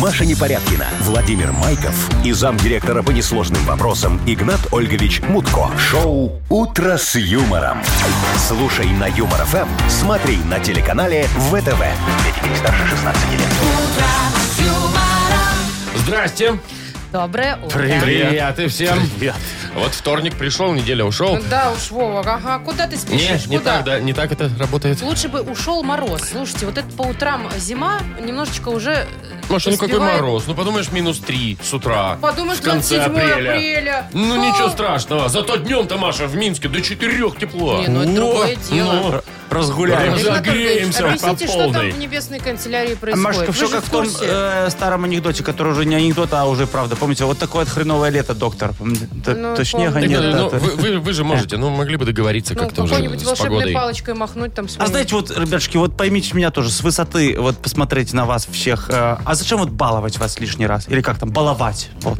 Маша Непорядкина, Владимир Майков и замдиректора по несложным вопросам Игнат Ольгович Мутко. Шоу «Утро с юмором». Слушай на Юмор ФМ, смотри на телеканале ВТВ. Для детей старше 16 лет. Здрасте. Доброе утро. Привет и всем. Вот вторник пришел, неделя ушел. Да уж, Вова, ага, куда ты Не, спешишь? не Ну, куда? так, да, не так это работает. Лучше бы ушел мороз. Слушайте, вот это по утрам зима немножечко уже... э, Маша, ну какой успевает. мороз? Ну подумаешь, минус 3 с утра. Подумаешь, в конце 27 апреля. апреля. Ну Фу. ничего страшного. Зато днем-то, Маша, в Минске до 4 тепло. Не, ну это О, другое дело. ну, Разгуляем. Игнат Ольгович, Разогреемся по Объясните, что там полной. в небесной канцелярии А, происходит. Машка, Вы все же как в в том курсе. э, старом анекдоте, который уже не анекдот, а уже правда. Помните, вот такое вот хреновое лето, доктор. Помните? Т- Ну, То снега помню. нет. Так, ну, да, вы, вы- вы же можете, ну могли бы договориться Ну, как-то уже какой-нибудь с волшебной погодой. палочкой махнуть там А знаете, вот, ребятушки, вот поймите меня тоже с высоты, вот посмотреть на вас всех. э, а зачем вот баловать вас лишний раз? Или как там, баловать? Вот.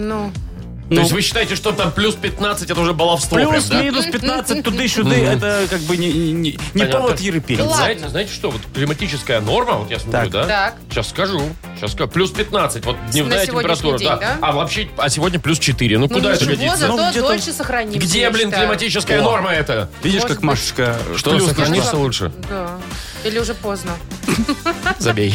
Ну, То есть вы считаете, что там плюс 15 это уже баловство? прям, да? Плюс-минус 15 туды-сюды, это как бы не, не- не- не Понятно. повод ерепеть. Да ладно. Знаете, знаете что, вот климатическая норма, вот я смотрю, Так. да? Так. Сейчас скажу. Сейчас скажу. Плюс 15, вот дневная сегодняшний температура. день, да? А вообще, а сегодня плюс 4. Ну, ну куда это ничего, годится? зато Ну, где-то- дольше сохраним. Где, блин, климатическая норма это? Видишь, Может как быть. Машечка... ну Что плюс сохранишь? нашла. Конечно, лучше. Да. Или уже поздно. Забей.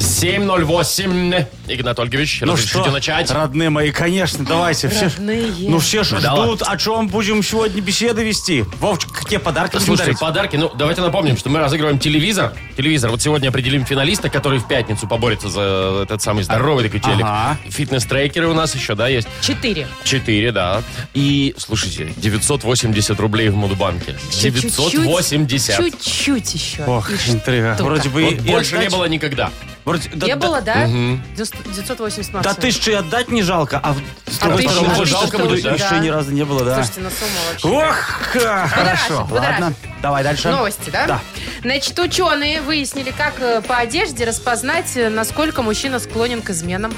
7.08. Игнат Ольгович, Ну разрешите что, начать? родные мои, конечно, давайте. Все ж- Родные. ну все же Да ждут, о чем будем сегодня беседы вести. Вовчик, какие подарки будем Слушайте, дарить? подарки. Ну, давайте напомним, что мы разыгрываем телевизор. Телевизор. Вот сегодня определим финалиста, который в пятницу поборется за этот самый здоровый такой телек. Ага. Фитнес-трекеры у нас еще, да, есть. Четыре. Четыре, да. И, слушайте, 980 рублей в Мудбанке. 980. Чуть-чуть чуть-чуть еще. Ох, И интрига. штука. Вроде бы Вот и больше не отдать- было никогда. вроде- да- Не да- было, да? 980 максимум. Да тысячи отдать не жалко, а, в- с другой тысячу- стороны, а жалко тысячу буду, будет, да. еще ни разу не было, да. Слушайте, на сумму вообще. Ох, ка- хорошо, будоражит. ладно, давай дальше. Новости, да? Да. Значит, ученые выяснили, как э, по одежде распознать, э, насколько мужчина склонен к изменам.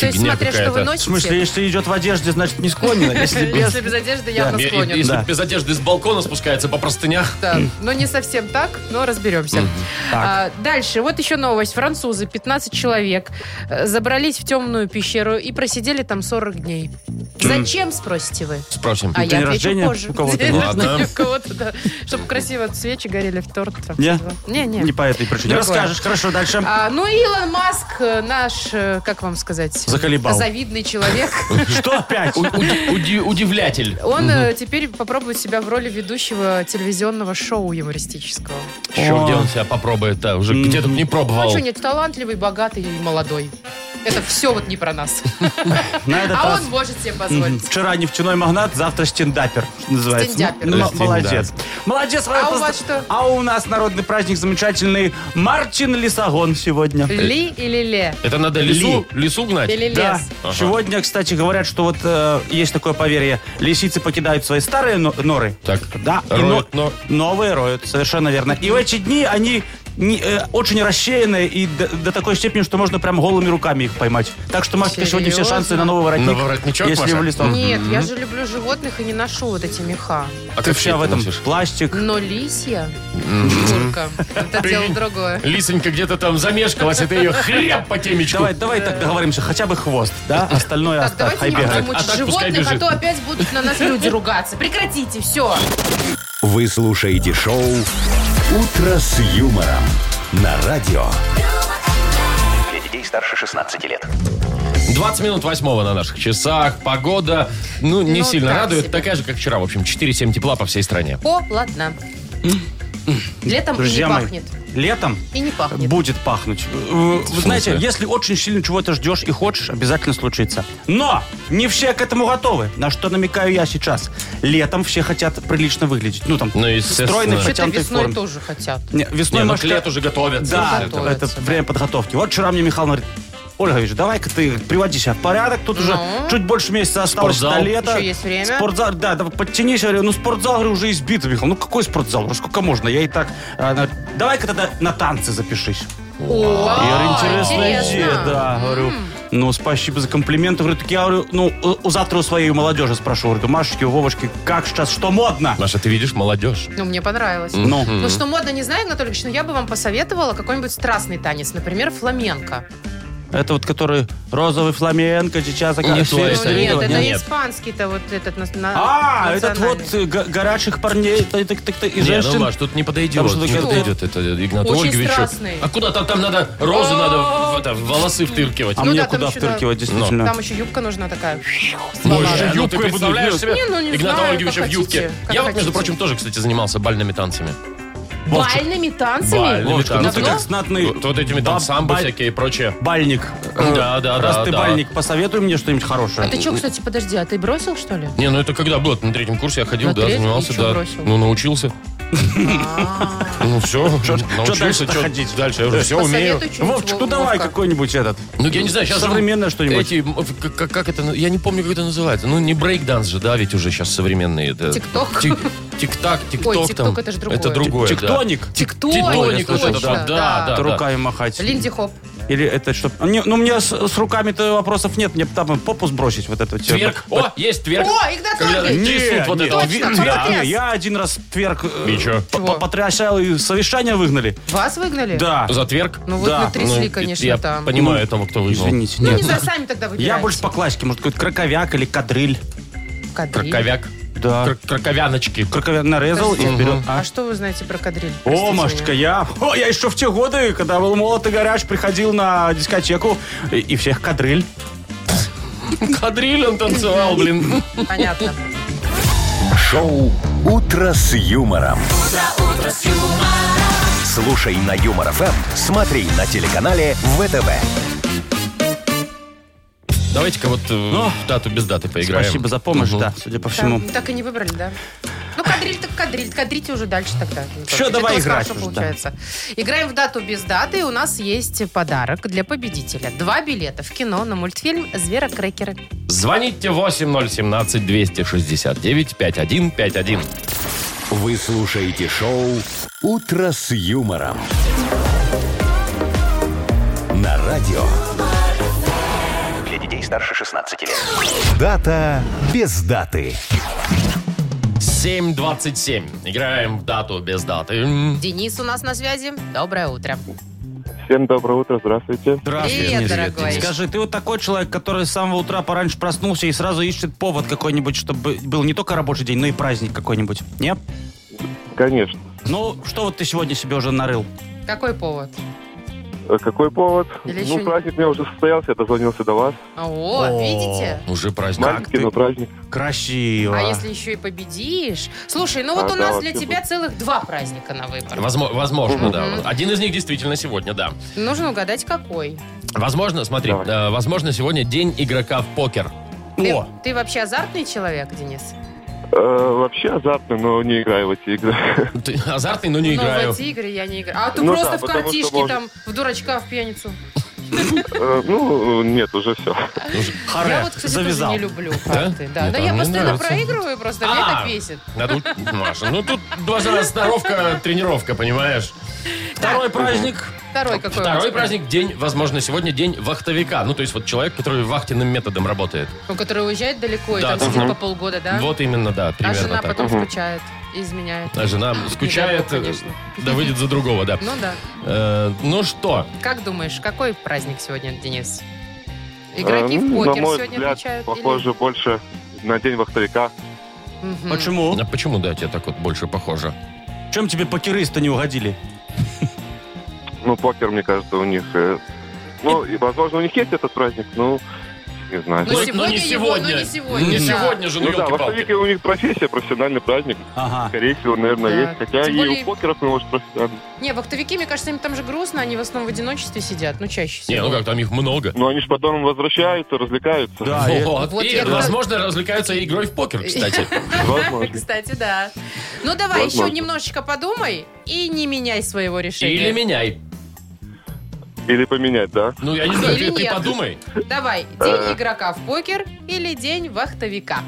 То есть, Фигня смотря что вы какая-то. В носите. Э, смысле, если идет в одежде, значит не склонен, если без... Если без одежды явно Да. Е- склонен. е- Если Да. без одежды с балкона спускается по простынях. Да, но не совсем так, но разберемся. А, дальше, вот еще новость. Французы, 15 человек, э, забрались в темную пещеру и просидели там 40 дней. Зачем, спросите вы? Спросим. А я день отвечу рождения позже. у кого-то, День ладно. рождения у кого-то, да. Чтобы красиво свечи горели в торт. там, Не? всё. Не, не. Не по этой причине. Другое. Расскажешь, хорошо, дальше. А, ну, Илон Маск, э, наш, э, как вам сказать? Заколебал. Завидный человек. Что опять? У- А уди- уди- Удивлятель. Он э, теперь попробует себя в роли ведущего телевизионного шоу юмористического. Еще где он себя попробует, да, уже где тут не Ну, а пробовал. что нет, талантливый, богатый и молодой. Это все вот не про нас. На этот А раз... он может себе Мгм. позволить. Вчера нефтяной магнат, завтра стендапер, что называется. Стендапер. М- м- Стендап. Молодец. Молодец. Ваня, А у просто- вас что? А у нас народный праздник замечательный. Мартин Лисогон сегодня. Ли или ле? Это надо лесу, лесу гнать? Или лес? Да. Ага. Сегодня, кстати, говорят, что вот э, есть такое поверье. Лисицы покидают свои старые но- норы. Так. Да. и Роют но- нор. Новые роют, совершенно верно. И в эти дни они не- э, очень рассеянные и до, до такой степени, что можно прям голыми руками их поймать. Так что, Машка, сегодня все Серьезно? шансы на новый воротник. На воротничок, если Маша? в лесу. Нет, я же люблю животных и не ношу вот эти меха. А Ты как вся ты в этом носишь? пластик. Но лисья, курка, это дело Прикинь. другое. Лисонька где-то там замешкалась, и ты ее хряб по темечку. Давай, давай так договоримся, хотя бы хвост, да? Остальное Так, оставь, давайте хай не бегает. будем А мучить так пускай животных, а бежит. то опять будут на нас люди ругаться. Прекратите, все. Вы слушаете шоу «Утро с юмором» на радио. Для детей старше 16 лет. 20 минут восьмого на наших часах. Погода, ну, не Ну, сильно так радует. себе. Такая же, как вчера. В общем, 4-7 тепла по всей стране. О, ладно. Летом и не Друзья мои, пахнет. летом И не пахнет. будет пахнуть. Э, Вы знаете, если очень сильно чего-то ждешь и хочешь, обязательно случится. Но не все к этому готовы, на что намекаю я сейчас. Летом все хотят прилично выглядеть. Ну, там, Ну, в естественно. стройной, Вообще-то потянутой весной форме. тоже хотят. Не, весной, Не, ну, к Машка, лету же готовятся. Да, Уже это- готовятся, это время подготовки. Вот вчера мне Михаил говорит, Ольга Ильич, давай-ка ты приводи себя в порядок. Тут уже Ну? чуть больше месяца осталось Спортзал. до лета. Еще есть время. Спортзал, да, да, подтянись. Я говорю, ну спортзал, говорю, уже э, избит, Михаил. Ну какой спортзал? Ну сколько можно? Я и так... а, на- Давай-ка тогда на танцы запишись. О, Ира, интересная идея, да. Говорю, ну, спасибо за комплименты. Говорю, так я говорю, ну, у- у завтра у своей молодежи спрошу. Говорю, у Машечки, у Вовочки, как сейчас, что модно? Маша, ты видишь, молодежь. Ну, мне понравилось. Ну, Ну, что модно, не знаю, Анатолий Ильич, но я бы вам посоветовала какой-нибудь страстный танец. Например, фламенко. это вот который розовый фламенко сейчас... оказывается, Не то, я это Ну, нет, видела? это Нет. испанский-то вот этот на- на- А, этот вот национальный. э, го- горячих парней так, так, так, так, и Не, ну, женщин. Маш, тут не подойдет. Потому что не такая- подойдет это Игнату Очень Ольговичу. страстный. А куда-то там надо розу О, надо в, это, в волосы втыркивать. а ну мне да, там куда еще надо- втыркивать, действительно? Там еще юбка нужна такая. Боже, Сломанная. ну ты представляешь себе Не, ну, не Игната знаю, Ольговича в как юбке. хотите, как Я вот, хотите. между прочим, тоже, кстати, занимался бальными танцами. Вовчик, Бальными танцами? Бальными Вовчик, ну ты танцами. как знатный... Вот, вот этими там баб- самбо баль- всякие и прочее. Бальник. Да, да, Раз да, ты да. бальник, посоветуй мне что-нибудь хорошее. А ты что, кстати, подожди, а ты бросил, что ли? Не, ну это когда было? На третьем курсе я ходил, На да, третьем? занимался, И чё, да. бросил? А. Ну, научился. Ну, все, научился. дальше-то ходить? чё Дальше, я уже все умею. Посоветуй чё-нибудь, Вовчик, ну Вов- давай Вовка. какой-нибудь этот. Ну, я не знаю, сейчас... Современное что-нибудь. Эти, м, в- как, как это, на- я не помню, как это называется. Ну, не брейк-данс же, да, ведь уже сейчас современные. это- Тик-ток. Тик- Тик-так, тик-ток Ой, там. тик-ток это ж другое. Это другое, да. Тектоник. Тиктоник, Тиктоник, вот это, точно, да, да, да. Это руками махать. Линди Хоп. Или это что? Мне- ну, мне с, с руками-то вопросов нет. Мне бы там попу сбросить вот эту. всё. Тверк. О, есть тверк. О, Игнат Когда Ольгович! трясут вот нет, это. вот. твер- Точно, тверк потряс. не. я один раз тверк э, И чё? по- по- Чего? Э. потрясал и совещание выгнали. Вас выгнали? Да. За тверк? Ну вот Да. натрясли, Ну, конечно, Я там. понимаю того, кто выиграл. Извините. Ну, нет. не знаю, сами тогда выбирайте. я больше по классике, может, какой-то краковяк или кадриль. Кадриль. Краковяк. Да. Кр- Краковяночки. Краковяк нарезал и вперед. А что вы знаете про кадриль? Простите О, Машечка, я... О, я еще в те годы, когда был молод и горяч, приходил на дискотеку и, и всех кадриль. Кадриль он танцевал, блин. меня. Понятно. Шоу «Утро с юмором». Слушай на Юмор ФМ, смотри на телеканале ВТВ. Давайте-ка вот э, в дату без даты поиграем. Спасибо за помощь, Мгм. да, судя по Так, всему. ну, так и не выбрали, да? Ну, кадриль так кадриль. Кадрите уже дальше тогда. Всё, Что-то давай у вас играть хорошо уже, да. получается. Играем в дату без даты. И у нас есть подарок для победителя. Два билета в кино на мультфильм «Зверокрекеры». Звоните 8017-269-5151. Вы слушаете шоу «Утро с юмором». На радио. Для детей старше 16 лет. Дата без даты. 7.27. Играем в дату без даты. Денис у нас на связи. Доброе утро. Всем доброе утро, здравствуйте. Здравствуй, Привет, Денис. дорогой. Денис. Скажи, ты вот такой человек, который с самого утра пораньше проснулся и сразу ищет повод какой-нибудь, чтобы был не только рабочий день, но и праздник какой-нибудь. Нет? Конечно. Ну, что вот ты сегодня себе уже нарыл? Какой повод? Э, Какой повод? Или еще ну, не- праздник у меня уже состоялся, я дозвонился до вас. О, О. видите? Уже праздник. Маленький, ты? но праздник. Красиво. А если еще и победишь? Слушай, ну вот А, у да, нас вообще для тебя целых два праздника на выбор. Возможно, возможно, Мгм. да. Один из них действительно сегодня, да. Нужно угадать, какой. Возможно, смотри, Давай. э, возможно, сегодня день игрока в покер. Ты, О, ты вообще азартный человек, Денис? Э, вообще азартный, но не играю в эти игры. Ты азартный, но не ну, играю. в эти игры я не играю. А ты Ну просто да, в потому что картишки можно. там, в дурачка, в пьяницу. Э, Ну, нет, уже все. харе, я вот, кстати, завязал. тоже не люблю карты. Да, Нет, но а я мне постоянно нравится. проигрываю, просто мне А. так весит. Да тут, Маша, ну тут должна сноровка, тренировка, понимаешь? Второй праздник. Второй какой у вас Второй праздник? праздник, день, возможно, сегодня день вахтовика. Ну, то есть вот человек, который вахтенным методом работает. Ну, который уезжает далеко и Да, там да. сидит по полгода, да? Вот именно, да, а примерно жена так. потом скучает и изменяет. А жена скучает, дай бог, конечно. э, да выйдет за другого, да. Ну да. Э, ну что, Как думаешь, какой праздник сегодня, Денис? Игроки Э, в ну, покер на мой сегодня взгляд, отмечают? или- похоже больше на день вахтовика. Мгм. Почему? а почему, да, тебе так вот больше похоже? Чем тебе покеристы не угодили? Ну, покер, мне кажется, у них... э, Ну, и, возможно, у них есть этот праздник, ну, не знаю. Ну, Ну, сегодня ну, не его, сегодня. ну, не сегодня, Не да. сегодня же, ну, Ну да, елки-палки. вахтовики у них профессия, профессиональный праздник. Ага. Скорее всего, наверное, Да. есть. Хотя Тем и более- у покеров, ну, может, профессиональный. Не, вахтовики, мне кажется, им там же грустно, они в основном в одиночестве сидят, ну, чаще всего. Не, ну как, там их много. Но они же потом возвращаются, развлекаются. Да, А, и- Вот. Вот И, я как- возможно, развлекаются игрой в покер, кстати. Возможно. Кстати, да. Ну давай Возможно. еще немножечко подумай и не меняй своего Или решения. меняй. Или поменять, да? Ну, я не знаю, Или ты- ты нет. подумай. Э. Давай, день игрока в покер или день вахтовика.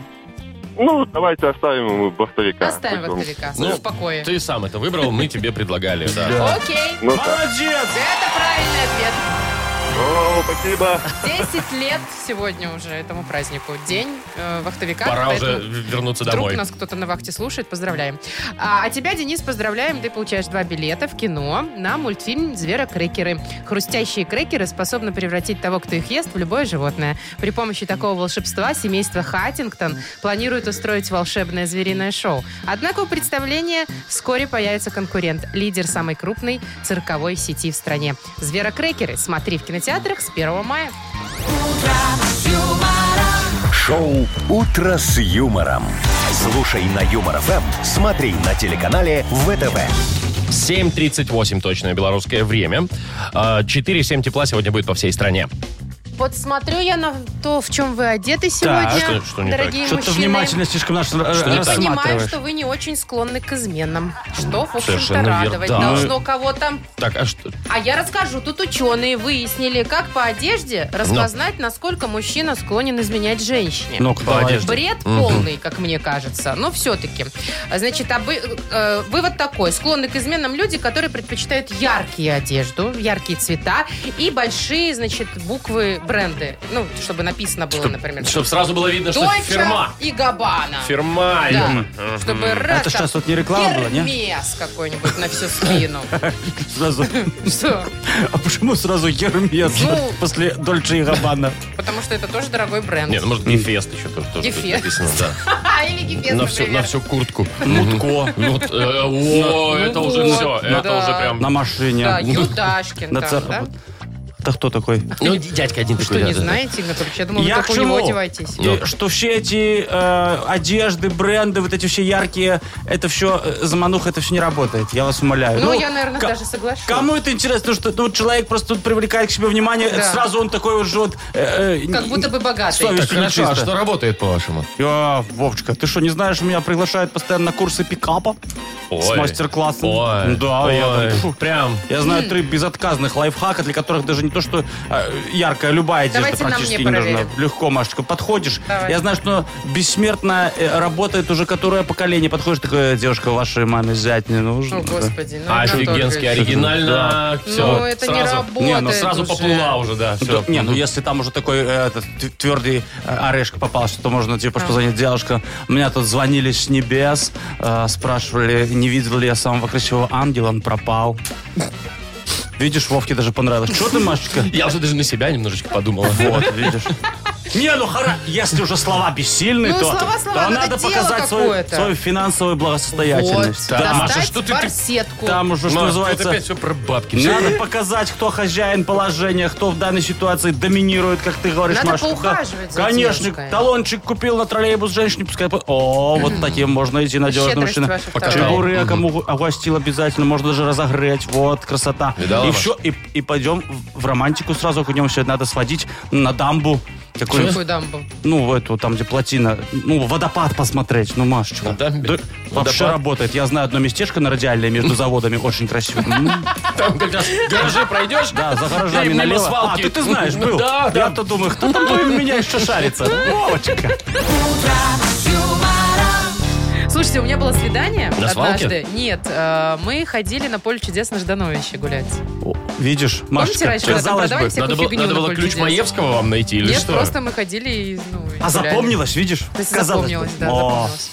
Ну, давайте оставим ему бахтовика. Оставим Пусть он- вахтовика Ну, в покое. Ты сам это выбрал, мы тебе предлагали, да. Окей. Ну, так. Молодец! Это правильный ответ. О, спасибо. 10 лет сегодня уже этому празднику. День э, вахтовика. Пора поэтому уже вернуться Вдруг домой. нас кто-то на вахте слушает, поздравляем. А, а тебя, Денис, поздравляем. Ты получаешь два билета в кино на мультфильм «Зверокрекеры». Хрустящие крекеры способны превратить того, кто их ест, в любое животное. При помощи такого волшебства семейство Хаттингтон планирует устроить волшебное звериное шоу. Однако у представления вскоре появится конкурент, лидер самой крупной цирковой сети в стране. «Зверокрекеры» смотри в кинотеатрах с 1 мая. Шоу «Утро с юмором». Слушай на Юмор ФМ, смотри на телеканале ВТВ. 7.38 точное белорусское время. А, 4,7 тепла сегодня будет по всей стране. Вот смотрю я на то, в чем вы одеты сегодня, что- что не так? дорогие Что-то мужчины. внимательно слишком нас э, Что не И так? понимаю, рассматриваешь. что вы не очень склонны к изменам. Что, в общем-то, Совершенно верно. радовать Да. Ну должно кого-то. Так, а что? А я расскажу. Тут ученые выяснили, как по одежде распознать, насколько мужчина склонен изменять женщине. Ну-ка, Ну. По давай. одежде. Бред полный, как мне кажется, но все-таки. Значит, обы- э, вывод такой. Склонны к изменам люди, которые предпочитают яркие одежду, яркие цвета и большие, значит, буквы бренды. Ну, чтобы написано было, например. Чтобы сразу было видно, что Дойче фирма. и Габана. Фирма. Да, Мгм. чтобы раз Это там сейчас вот не реклама была, не? Гермес какой-нибудь на всю спину. Сразу. Что? А почему сразу Гермес Ну. после Дольче и Габбана? Потому что это тоже дорогой бренд. Не, ну может Гефест еще тоже, тоже будет Гефест. написано, да. А, или Гефес, На всю, на например. всю куртку. Мутко. Ну, т- э, о, это уже вот, все. да. Это уже На прям... машине. Да, Юдашкин На там, цех. да? Это кто такой? Ну, дядька один Что, не да, да, да. знаете, Игнат Ольгович? Я думала, вы Я только к у него чему? одеваетесь. И Ну. что все эти э, одежды, бренды, вот эти все яркие, это все замануха, это все не работает. Я вас умоляю. Ну, я, наверное, ко- даже соглашусь. Кому это интересно, что ну, человек просто тут привлекает к себе внимание, Да. сразу он такой вот жжет. э, э, Как н- будто бы богатый. совестью Так, хорошо, а нечисто. что работает, по-вашему? А, Вовчка, ты что, не знаешь, меня приглашают постоянно на курсы пикапа с Ой. мастер-классом. Ой. да, я Ой. там, фу. Прям. Я знаю три безотказных лайфхака, для которых даже не то, что э, яркая, любая одежда Давайте на практически мне не нужна. проверим. Легко, Машечка, подходишь. Давай. Я знаю, что бессмертно э, работает уже которое поколение. Подходишь, такая девушка вашей маме взять не нужно. О, Господи. ну, Игнат Офигенски Ольгович. оригинально. Ну, Все. это не сразу. работает ну сразу уже. поплыла уже, да. Все. Не, ну если там уже такой э, этот, тв- твердый э, орешек попался, то можно тебе просто позвонить, девушка. Меня тут звонили с небес, э, спрашивали, не видел ли я самого красивого ангела, он пропал. Видишь, Вовке даже понравилось. Что ты, Машечка? Я уже даже на себя немножечко подумала. Вот, видишь. Не, ну хара, если уже слова бессильны, Ну, то, слова, слова, то надо надо дело показать свою, какое-то. свою финансовую Вот. благосостоятельность. Достать Маша, что ты- ты- барсетку. Там уже, что Маш, это называется, опять все про бабки. Всё. надо показать, кто хозяин положения, кто в данной ситуации доминирует, как ты говоришь, Надо Маша. поухаживать за Конечно, девушкой. талончик купил на троллейбус женщине, пускай... по- О, вот таким можно идти, надежный Щедрость мужчина. ваша Пока. вторая. Чебуры кому угостил обязательно, можно даже разогреть. Вот, красота. Видала, и Маш? все, и, и пойдем в романтику сразу окунемся. Надо сводить на дамбу. Какую, Какую дамбу? ну, в эту, там, где плотина. Ну, водопад посмотреть. Ну, Машечка. На дамбе? Да, вообще Водопад? работает. Я знаю одно местечко на радиальной между заводами. Очень красиво. М, Там как раз гаражи пройдешь. Да, за гаражами И мимо налево. А, свалки. ты, ты знаешь, Ну, был. да, да. Я-то думаю, кто там у меня еще шарится? Вовочка. Слушайте, у меня было свидание На свалке? однажды. Нет, э, мы ходили на поле чудес на Ждановище гулять. О, Видишь, Помните, Машечка, раньше, когда казалось продавали бы. всякую Надо было, фигню надо на было поле ключ чудес? Маевского вам найти или Нет, что? просто мы ходили и, ну, и гуляли. А запомнилось, видишь? То есть Казалось бы. запомнилось, да, О, запомнилось.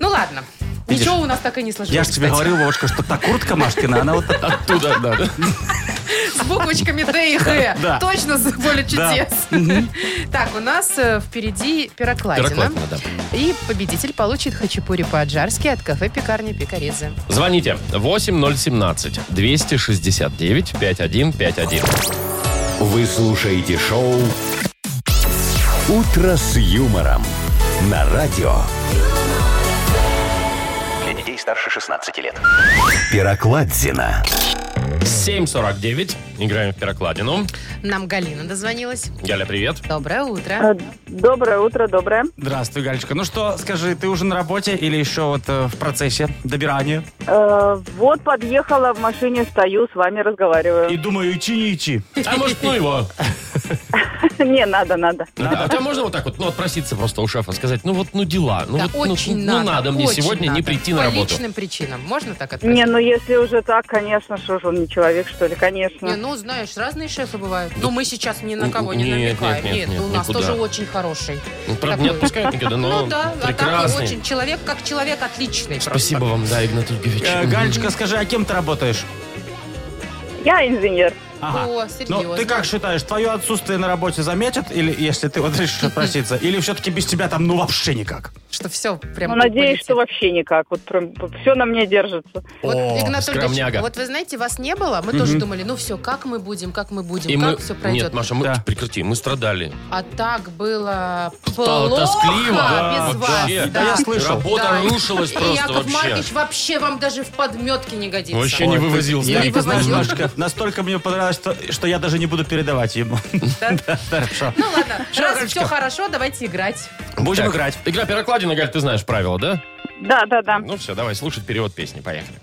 Ну ладно. Видишь? Ничего у нас так и не сложилось. Я же тебе кстати. говорил, Вовочка, что та куртка Машкина, она вот Оттуда, да. С буквочками Д и Х. Да. Точно с поле чудес. Так, у нас э, впереди пирокладина. Пирокладина, да. И победитель получит хачапури по-аджарски от кафе-пекарни Пикарезы. Звоните 8017 269 5151. Вы слушаете шоу «Утро с юмором» на радио. Для детей старше 16 лет. Пирокладзина. 749. Играем в пирокладину. Нам Галина дозвонилась. Галя, привет. Доброе А, утро. Доброе утро, доброе. Здравствуй, Галечка. Ну что, скажи, ты уже на работе или еще вот э, в процессе добирания? Э, вот подъехала в машине, стою, с вами разговариваю. И думаю, идти, не идти. А может, ну его. Не, надо, надо. А у тебя можно вот так вот, ну, отпроситься просто у шефа, сказать, ну, вот, ну, дела. Ну, Да, вот, ну, очень ну, надо. мне очень сегодня не надо. прийти на По работу. личным причинам. Можно так отправить? Не, ну если уже так, конечно, что же он не человек, что ли, Не, конечно. ну, знаешь, разные шефы бывают. Ну, мы сейчас ни на кого не Нет, нет, намекаем. нет, Нет, нет, у нас никуда. тоже очень хороший. Ну, правда, не Такой. отпускают никогда, но Ну да, а так прекрасный. очень. Человек как человек отличный. Спасибо вам, да, Игнат Ольгович. Э, Галечка, скажи, а кем ты работаешь? Я инженер. О, Ну, ты серьезно. как считаешь, твое отсутствие на работе заметят, или если ты вот решишь отпроситься, или все-таки без тебя там ну вообще никак? Что все прям... Ну, надеюсь, полетит. что вообще никак. Вот прям все на мне держится. Вот, О, Игнат Ольгович, скромняга. вот вы знаете, вас не было, мы тоже думали, ну все, как мы будем, как мы будем, И как мы... все пройдет. Нет, Маша, мы... Да. прекрати, мы страдали. А так было Стало плохо тоскливо. без вас. вообще. Да я слышал. Работа Да. рушилась И просто Яков вообще. Маркович вообще вам даже в подметке не годится. Вообще не вывозил. Я, старик. не ты знаешь, вывозил. Машка, настолько мне понравилось, что, что я даже не буду передавать ему. Да, Хорошо. Ну ладно, раз Шарочка. все хорошо, давайте играть. Будем Так, играть. Игра «Пирокладина», Галь, ты знаешь правила, да? Да, да, да. Ну все, давай слушать перевод песни, поехали.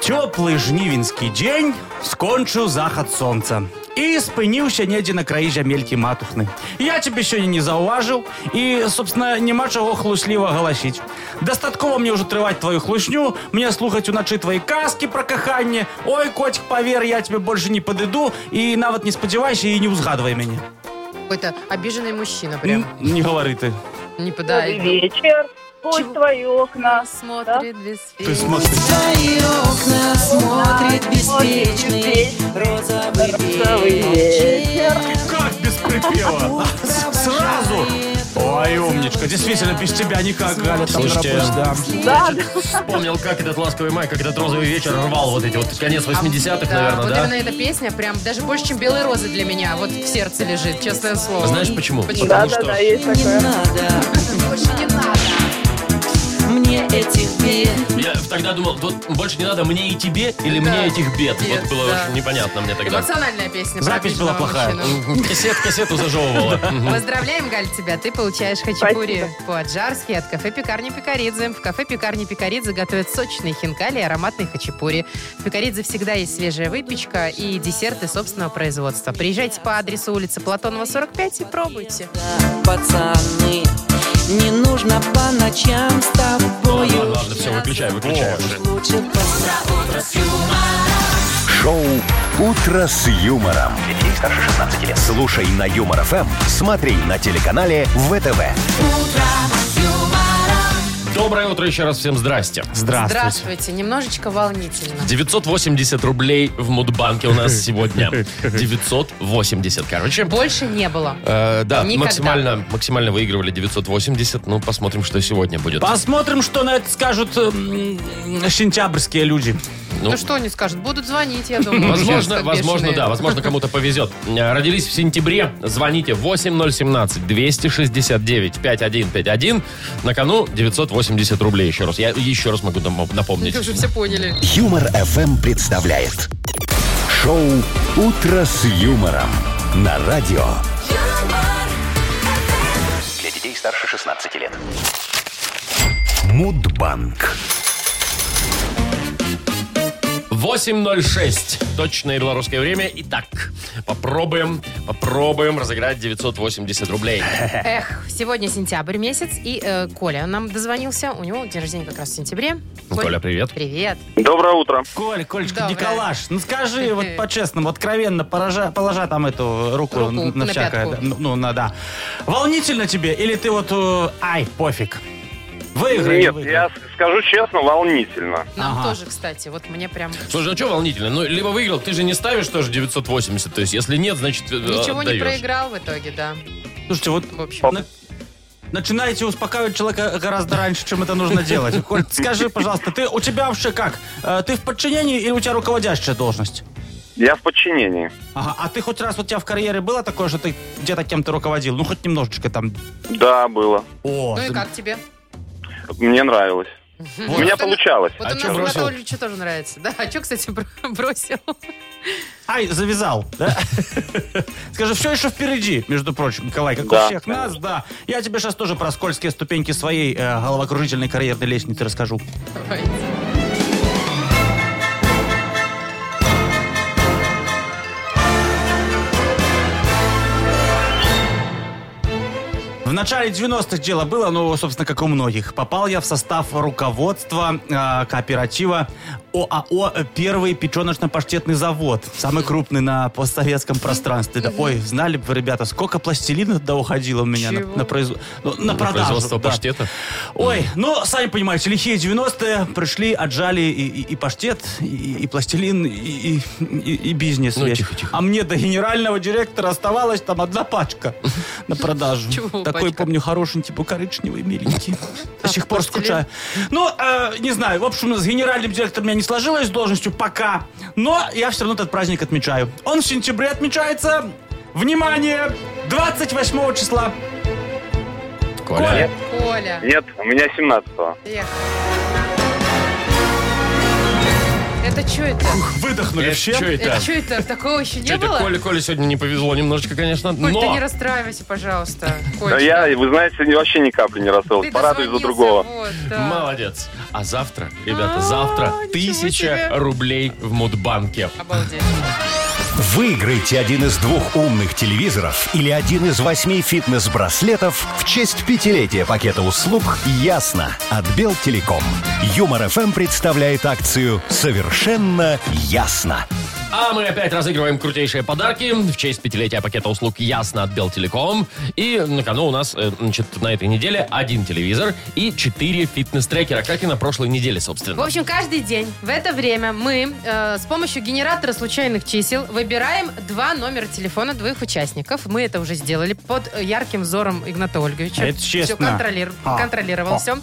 Теплый жнівінський день скончыў захад сонца. І спыніўся недзе на краі зямелькі матухны. Я тебе сёння не заўважыў і, собственно, няма чаго хлусліва галасіць. Дастаткова мне ўжо трываць твою хлусню, мне слухаць уначы твои казкі пра каханне. Ой, котик, павер, я тебе больше не падыду і нават не спадзявайся і не ўзгадвай мяне. Какой-то обиженный мужчина прям. Н- Не гавары ты. Не Добрый подай. вечер. Пусть Чего? твои окна. Смотрит без Ты фильтра. смотри. Твои окна смотрит беспечный розовый Розовый вечер. Как без припева? Сразу! Ой, умничка, действительно, без тебя никак, Галя, там на Слушайте, работе, да. Да, да. Вспомнил, как этот ласковый май, как этот розовый вечер рвал вот эти вот конец А, 80-х, Да, наверное, вот да? именно эта песня прям даже больше, чем «Белые розы» для меня вот в сердце лежит, честное слово. Знаешь почему? Почему? Да, Потому да, что да, есть Не такое. надо Больше не надо. мне этих бед. я тогда думал, вот больше не надо мне и тебе, или Да. мне этих бед. Бед, Вот было да. очень непонятно мне тогда. Эмоциональная песня. про Запись была обиженного плохая. мужчину. Кассет, кассету зажевывала. Поздравляем, Галь, тебя. Ты получаешь хачапури по-аджарски от кафе-пекарни Пикаридзе. В кафе-пекарни Пикаридзе готовят сочные хинкали и ароматные хачапури. В Пикаридзе всегда есть свежая выпечка и десерты собственного производства. Приезжайте по адресу улицы Платонова, 45 и пробуйте. Пацаны, не нужно по ночам с тобою. Ладно, ладно, все, выключай, выключай. уже. Лучше просто утро с юмором. Шоу «Утро с юмором». Для детей старше 16 лет. Слушай на Юмор ФМ, смотри на телеканале ВТВ. Доброе утро еще раз всем здрасте. Здравствуйте. Здравствуйте. Немножечко волнительно. 980 рублей в Мудбанке у нас сегодня. 980, короче. Больше не было. Э, да, Никогда. максимально, максимально выигрывали 980. Ну, посмотрим, что сегодня будет. Посмотрим, что на это скажут эм, сентябрьские люди. Ну, что они скажут? Будут звонить, я думаю. Возможно, Как возможно, бешеные. да, возможно, кому-то повезет. Э, Родились в сентябре, звоните 8017-269-5151. На кону 980 рублей еще раз. Я еще раз могу дам- напомнить. Это уже все поняли. Юмор ФМ представляет. Шоу «Утро с юмором» на радио. Для детей старше 16 лет. Мудбанк. 8.06. Точное белорусское время. Итак, попробуем, попробуем разыграть 980 рублей. Эх, сегодня сентябрь месяц, и э, Коля нам дозвонился. У него день рождения как раз в сентябре. Ну, Коль, Коля, привет. Привет. Доброе утро. Коль, Колечка, Доброе. Николаш, ну скажи вот по-честному, откровенно, поража, положа там эту руку, Руку на, на всякое. пятку. да, ну, ну, на да. Волнительно тебе или ты вот, э, ай, пофиг. Выиграй. Нет, выиграй. я скажу честно, волнительно. Нам Ага. тоже, кстати, вот мне прям... Слушай, ну что волнительно? Ну, либо выиграл, ты же не ставишь тоже 980. То есть, если нет, значит, э, Ничего не отдаешь. проиграл в итоге, да. Слушайте, вот В общем. на- начинаете успокаивать человека гораздо раньше, чем это нужно делать. Коль, скажи, пожалуйста, ты у тебя вообще как? Э, Ты в подчинении или у тебя руководящая должность? Я в подчинении. Ага, а ты хоть раз вот у тебя в карьере было такое, что ты где-то кем-то руководил? Ну, хоть немножечко там. Да, было. О, Ну и зам- как тебе? Мне нравилось. У меня Вот она- получалось. Вот А у чё, нас бросил? Анатольевичу тоже нравится. Да, а что, кстати, бро- бросил? Ай, завязал, да? Скажи, все еще впереди, между прочим, Николай, как Да, у всех нас, да. Я тебе сейчас тоже про скользкие ступеньки своей э, головокружительной карьерной лестницы расскажу. Давайте. начале 90-х дело было, ну, собственно, как у многих. Попал я в состав руководства э, кооператива ОАО «Первый печеночно-паштетный завод». Самый крупный на постсоветском пространстве. Да, Ой, знали бы, ребята, сколько пластилина туда уходило у меня на, Чего? на производство. ну, на продажу. Производство да. паштета. Ой, ну, сами понимаете, лихие 90-е пришли, отжали и, и- и паштет, и, и пластилин, и, и- и- и бизнес. Ну, весь. тихо, тихо. А мне до генерального директора оставалась там одна пачка на продажу. Чего Такой, пачка? помню, хороший, типа коричневый, миленький. До сих пор пластилин? скучаю. Ну, э, не знаю, в общем, с генеральным директором у меня не сложилось с должностью пока, но я все равно этот праздник отмечаю. Он в сентябре отмечается, внимание, 28 числа. Коля. Коля. Нет, у меня 17-го. Эх. Это что это? Выдохнули все. Что это? Это что это? Такого еще не Чё это, было? Коле, Коле сегодня не повезло немножечко, конечно, Коль, ты не но... расстраивайся, пожалуйста. Коль, Да я, вы знаете, ни- вообще ни капли не расстроился. ты Порадуюсь за дозвонился, другого. вот, да. Молодец. А завтра, ребята, А, завтра ничего себе. тысяча рублей в Мудбанке. Обалдеть. Выиграйте один из двух умных телевизоров или один из восьми фитнес-браслетов в честь пятилетия пакета услуг «Ясно» от Белтелеком. Юмор-ФМ представляет акцию «Совершенно ясно». А мы опять разыгрываем крутейшие подарки в честь пятилетия пакета услуг «Ясно» от Белтелеком. И на кону у нас э, значит, на этой неделе один телевизор и четыре фитнес-трекера, как и на прошлой неделе, В собственно. общем, каждый день в это время мы э, с помощью генератора случайных чисел выбираем два номера телефона двоих участников. Мы это уже сделали под э, ярким взором Игната Ольговича. Это честно. Все контролировал, А. контролировал А. все.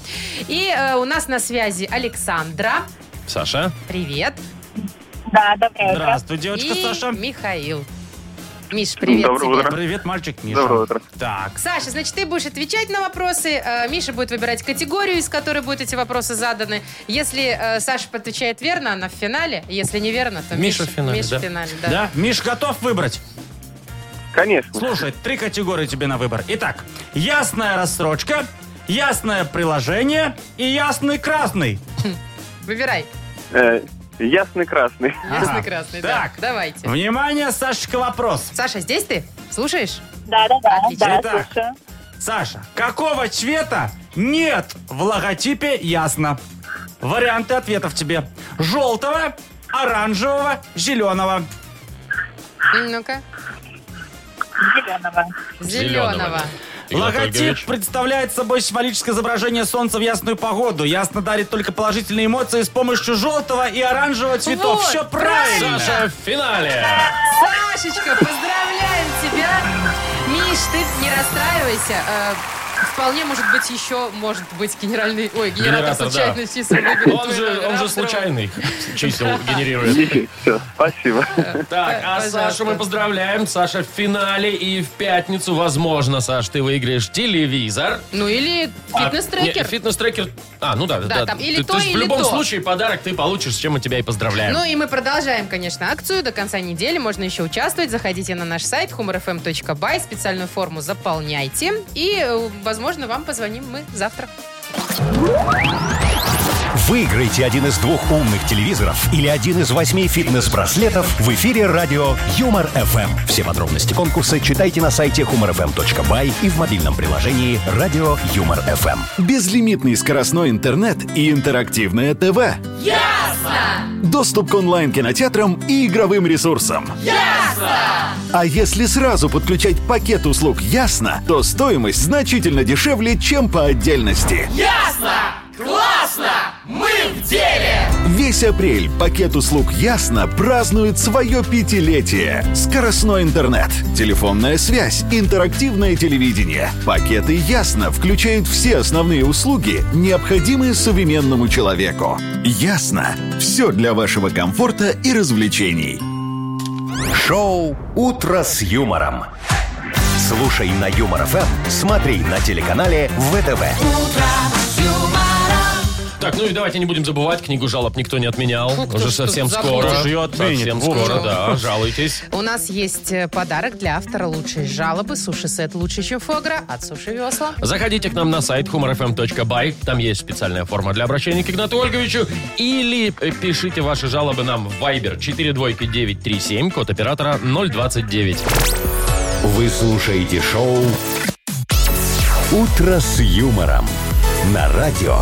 И э, у нас на связи Александра. Саша? Привет. Да, доброе утро. Здравствуй, девочка и Саша. Михаил. Миш, привет Доброе тебе. утро. Привет, мальчик Миша. Доброе утро. Так, Саша, значит, ты будешь отвечать на вопросы. э, Миша будет выбирать категорию, из которой будут эти вопросы заданы. Если э, Саша отвечает верно, она в финале. Если неверно, то Миша в финале, Миша да. в финале, да. да. Миш готов выбрать? Конечно. Слушай, три категории тебе на выбор. Итак, ясная рассрочка, ясное приложение и ясный красный. Выбирай. Э, ясный красный. Ясный красный, да. Так. Давайте. Внимание, Сашечка, вопрос. Саша, здесь ты? Слушаешь? Да, да, да. Отлично. Да, Итак. слушаю. Саша, какого цвета нет в логотипе ясно? Варианты ответов тебе. Желтого, оранжевого, зеленого. Ну-ка. Зеленого. Зеленого. Игнат Логотип Ольгович. представляет собой символическое изображение солнца в ясную погоду. Ясно дарит только положительные эмоции с помощью желтого и оранжевого цветов. Вот, Все правильно. Саша в финале. Сашечка, поздравляем тебя! Миш, ты не расстраивайся. э, Вполне может быть еще, может быть, генеральный... Ой, генератор, Генератор, да. случайных чисел выберет Он твой же, номер, он же а случайный чисел генерирует. Все, спасибо. Так, а Пожалуйста. Сашу мы поздравляем. Саша в финале и в пятницу, возможно, Саш, ты выиграешь телевизор. Ну или А, не, фитнес-трекер. Фитнес-трекер. А, ну да, да. Да, там или Ты- то, есть в или любом то. случае подарок ты получишь, с чем мы тебя и поздравляем. Ну и мы продолжаем, конечно, акцию. До конца недели можно еще участвовать. Заходите на наш сайт humorfm.by, специальную форму заполняйте. И, э, возможно, вам позвоним мы завтра. Выиграйте один из двух умных телевизоров или один из восьми фитнес-браслетов в эфире радио Юмор ФМ. Все подробности конкурса читайте на сайте humorfm.by и в мобильном приложении Радио Юмор ФМ. Безлимитный скоростной интернет и интерактивное ТВ. Ясно! Доступ к онлайн-кинотеатрам и игровым ресурсам. Ясно! А если сразу подключать пакет услуг «Ясно», то стоимость значительно дешевле, чем по отдельности. Весь апрель пакет услуг «Ясно» празднует свое пятилетие. Скоростной интернет, телефонная связь, интерактивное телевидение. Пакеты «Ясно» включают все основные услуги, необходимые современному человеку. «Ясно» — все для вашего комфорта и развлечений. Шоу «Утро с юмором». Слушай на Юмор ФМ, смотри на телеканале ВТВ. Так, ну и давайте не будем забывать, книгу жалоб никто не отменял. Фу, кто Уже ж совсем тут забыл. скоро. Кто ж её отменит? Совсем Вовчик. скоро, да, жалуйтесь. У нас есть э, подарок для автора лучшей жалобы. Суши-сет лучше, чем фуагра от Суши Весла. Заходите к нам на сайт humorfm.by. Там есть специальная форма для обращения к Игнату Ольговичу. Или э, пишите ваши жалобы нам в Viber 42937, код оператора 029. Вы слушаете шоу «Утро с юмором» на радио.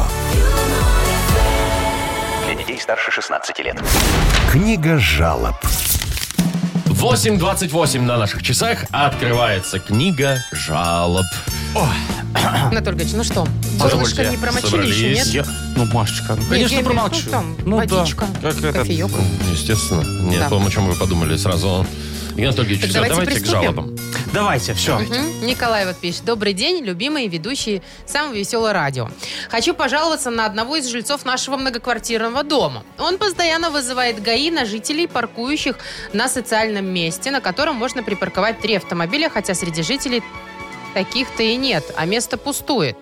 Для детей старше 16 лет. Книга жалоб. 8.28 на наших часах открывается книга жалоб. Анатолий Ильич, ну что, Позвольте, горлышко не промочили еще, собрались. нет? Я- Ну, Машечка, ну, конечно, я имею в виду, промолчу. ну, там, да. водичка, Как это- Ну. кофеек. Естественно. Нет, Да. о чем вы подумали сразу. Игорь Анатольевич, Так всё, давайте давайте к приступим. жалобам. Давайте, все. Мгм. Николай вот пишет. Добрый день, любимые ведущие самого веселого радио. Хочу пожаловаться на одного из жильцов нашего многоквартирного дома. Он постоянно вызывает ГАИ на жителей, паркующих на социальном месте, на котором можно припарковать три автомобиля, хотя среди жителей таких-то и нет, а место пустует.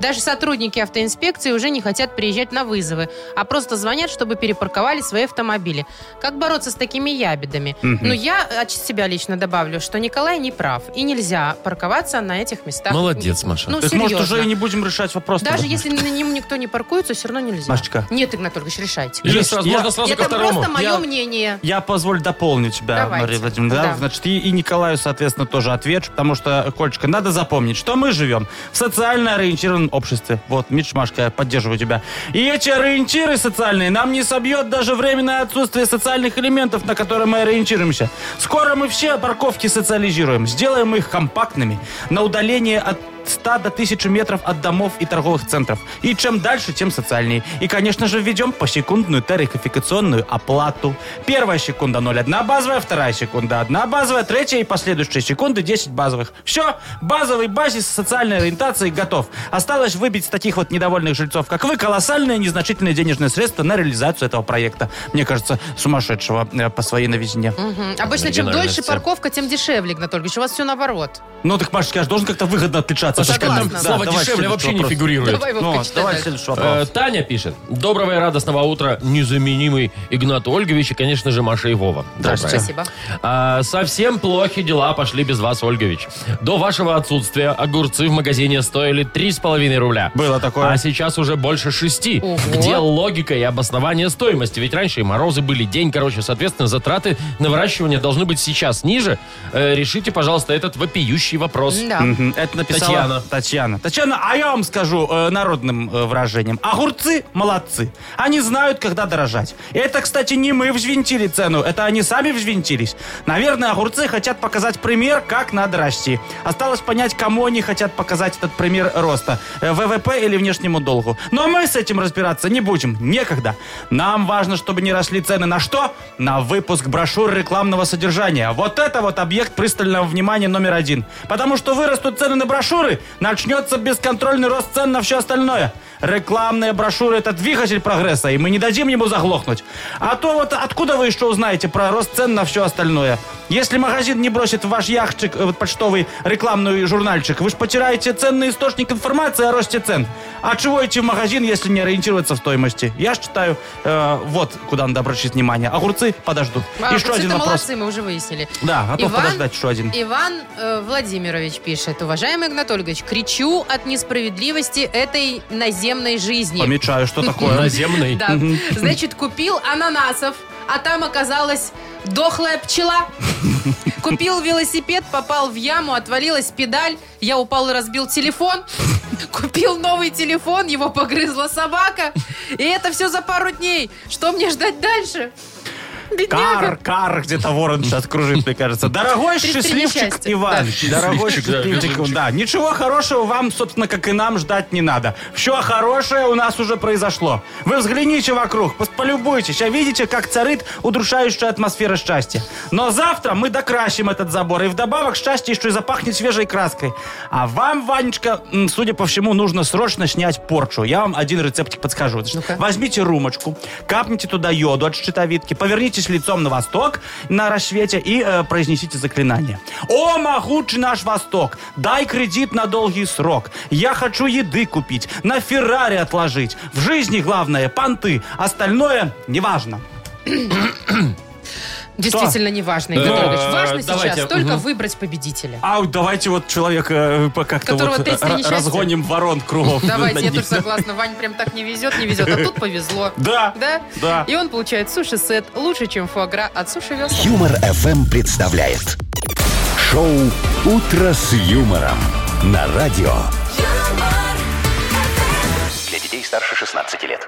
Даже сотрудники автоинспекции уже не хотят приезжать на вызовы, а просто звонят, чтобы перепарковали свои автомобили. Как бороться с такими ябедами? Ну, я от себя лично добавлю, что Николай не прав. И нельзя парковаться на этих местах. Молодец, Маша. Ну, Так, серьезно. может, уже и не будем решать вопрос? Даже тогда? если на нем никто не паркуется, все равно нельзя. Машечка. Нет, Игнат Ольгович, решайте. Или Лишь сразу, я- можно сразу ко Это второму? просто мое Я- мнение. Я позволь дополнить тебя, Давайте. Мария Владимировна. да? Да. Значит, и, и Николаю, соответственно, тоже отвечу, потому что, Кольчка, надо запомнить, что мы живем в социально ориентированном обществе. Вот, Миш, Машка, я поддерживаю тебя. И эти ориентиры социальные нам не собьет даже временное отсутствие социальных элементов, на которые мы ориентируемся. Скоро мы все парковки социализируем, сделаем их компактными, на удаление от 100 до 1000 метров от домов и торговых центров. И чем дальше, тем социальнее. И, конечно же, введем посекундную тарификационную оплату. Первая секунда 0,1 базовая, вторая секунда 1 базовая, третья и последующие секунды 10 базовых. Все, базовый базис социальной ориентации готов. Осталось выбить с таких вот недовольных жильцов, как вы, колоссальные незначительные денежные средства на реализацию этого проекта. Мне кажется, сумасшедшего э, по своей новизне. Мгм. Обычно, чем Оригинальный дольше рецепт. парковка, тем дешевле, Игнат Ольгович. У вас все наоборот. Ну так, Машечка, я же должен как-то выгодно отличаться. Маша, Пошли. там Да, слово давай дешевле следующий вообще не вопрос. фигурирует. Давай, Ну, Вовка, читай давай дальше. следующий Э, вопрос. Таня пишет. Доброго и радостного утра, незаменимый Игнат Ольгович и, конечно же, Маша и Вова. Доброе. Здравствуйте. Спасибо. А, совсем плохи дела пошли без вас, Ольгович. До вашего отсутствия огурцы в магазине стоили 3,5 рубля. Было такое. А сейчас уже больше шести. Ого. Где логика и обоснование стоимости? Ведь раньше и морозы были, день короче. Соответственно, затраты на выращивание должны быть сейчас ниже. Э, решите, пожалуйста, этот вопиющий вопрос. Да. Мгм. Это написала Татьяна. Татьяна. Татьяна, а я вам скажу э, народным э, выражением. Огурцы молодцы. Они знают, когда дорожать. Это, кстати, не мы взвинтили цену, это они сами взвинтились. Наверное, огурцы хотят показать пример, как надо расти. Осталось понять, кому они хотят показать этот пример роста. Э, ВВП или внешнему долгу. Но мы с этим разбираться не будем. Некогда. Нам важно, чтобы не росли цены на что? На выпуск брошюр рекламного содержания. Вот это вот объект пристального внимания номер один. Потому что вырастут цены на брошюры, начнется бесконтрольный рост цен на все остальное. Рекламные брошюры – это двигатель прогресса, и мы не дадим ему заглохнуть. А то вот откуда вы еще узнаете про рост цен на все остальное? Если магазин не бросит в ваш яхтчик э, вот почтовый рекламный журнальчик, вы же потираете ценный источник информации о росте цен. А чего идти в магазин, если не ориентироваться в стоимости? Я ж считаю, э, вот куда надо обращать внимание. Огурцы подождут. А, еще огурцы-то один вопрос. молодцы, мы уже выяснили. Да, готов Иван- подождать еще один. Иван э, Владимирович пишет. Уважаемый Игнат Ольгович, кричу от несправедливости этой наземной жизни. А Помечаю, что такое. Наземный. Да. Значит, купил ананасов, а там оказалась дохлая пчела. Купил велосипед, попал в яму, отвалилась педаль, я упал и разбил телефон. Купил новый телефон, его погрызла собака. И это все за пару дней. Что мне ждать дальше? Кар, Бедняга. кар, где-то ворон сейчас кружит, мне кажется. Дорогой Три- три счастливчик несчастья. Иван. Дорогой Счастливчик, да, счастливчик, да. Ничего хорошего вам, собственно, как и нам, ждать не надо. Все хорошее у нас уже произошло. Вы взгляните вокруг, пос- полюбуйтесь, а видите, как царит удрушающая атмосфера счастья. Но завтра мы докрасим этот забор, и вдобавок счастье еще и запахнет свежей краской. А вам, Ванечка, м, судя по всему, нужно срочно снять порчу. Я вам один рецептик подскажу. Значит, Ну-ка. Возьмите румочку, капните туда йоду от щитовидки, повернитесь лицом на восток на рассвете и э, произнесите заклинание. «О, могучий наш восток, дай кредит на долгий срок. Я хочу еды купить, на Феррари отложить. В жизни главное – понты, остальное – неважно». Действительно неважно, Игорь Ну, Анатольевич. э, Важно давайте, сейчас только мгм. выбрать победителя. А вот давайте вот человека э, по- как-то Которого вот три э, стрени ра- счастья? разгоним ворон кругом. Давайте, я Над ним. тоже согласна. Вань прям так не везет, не везет. А тут повезло. Да, Да? да. И он получает суши-сет лучше, чем фуагра от суши весла. Юмор эм FM представляет шоу Утро с юмором на радио. юмор. детей старше 16 лет.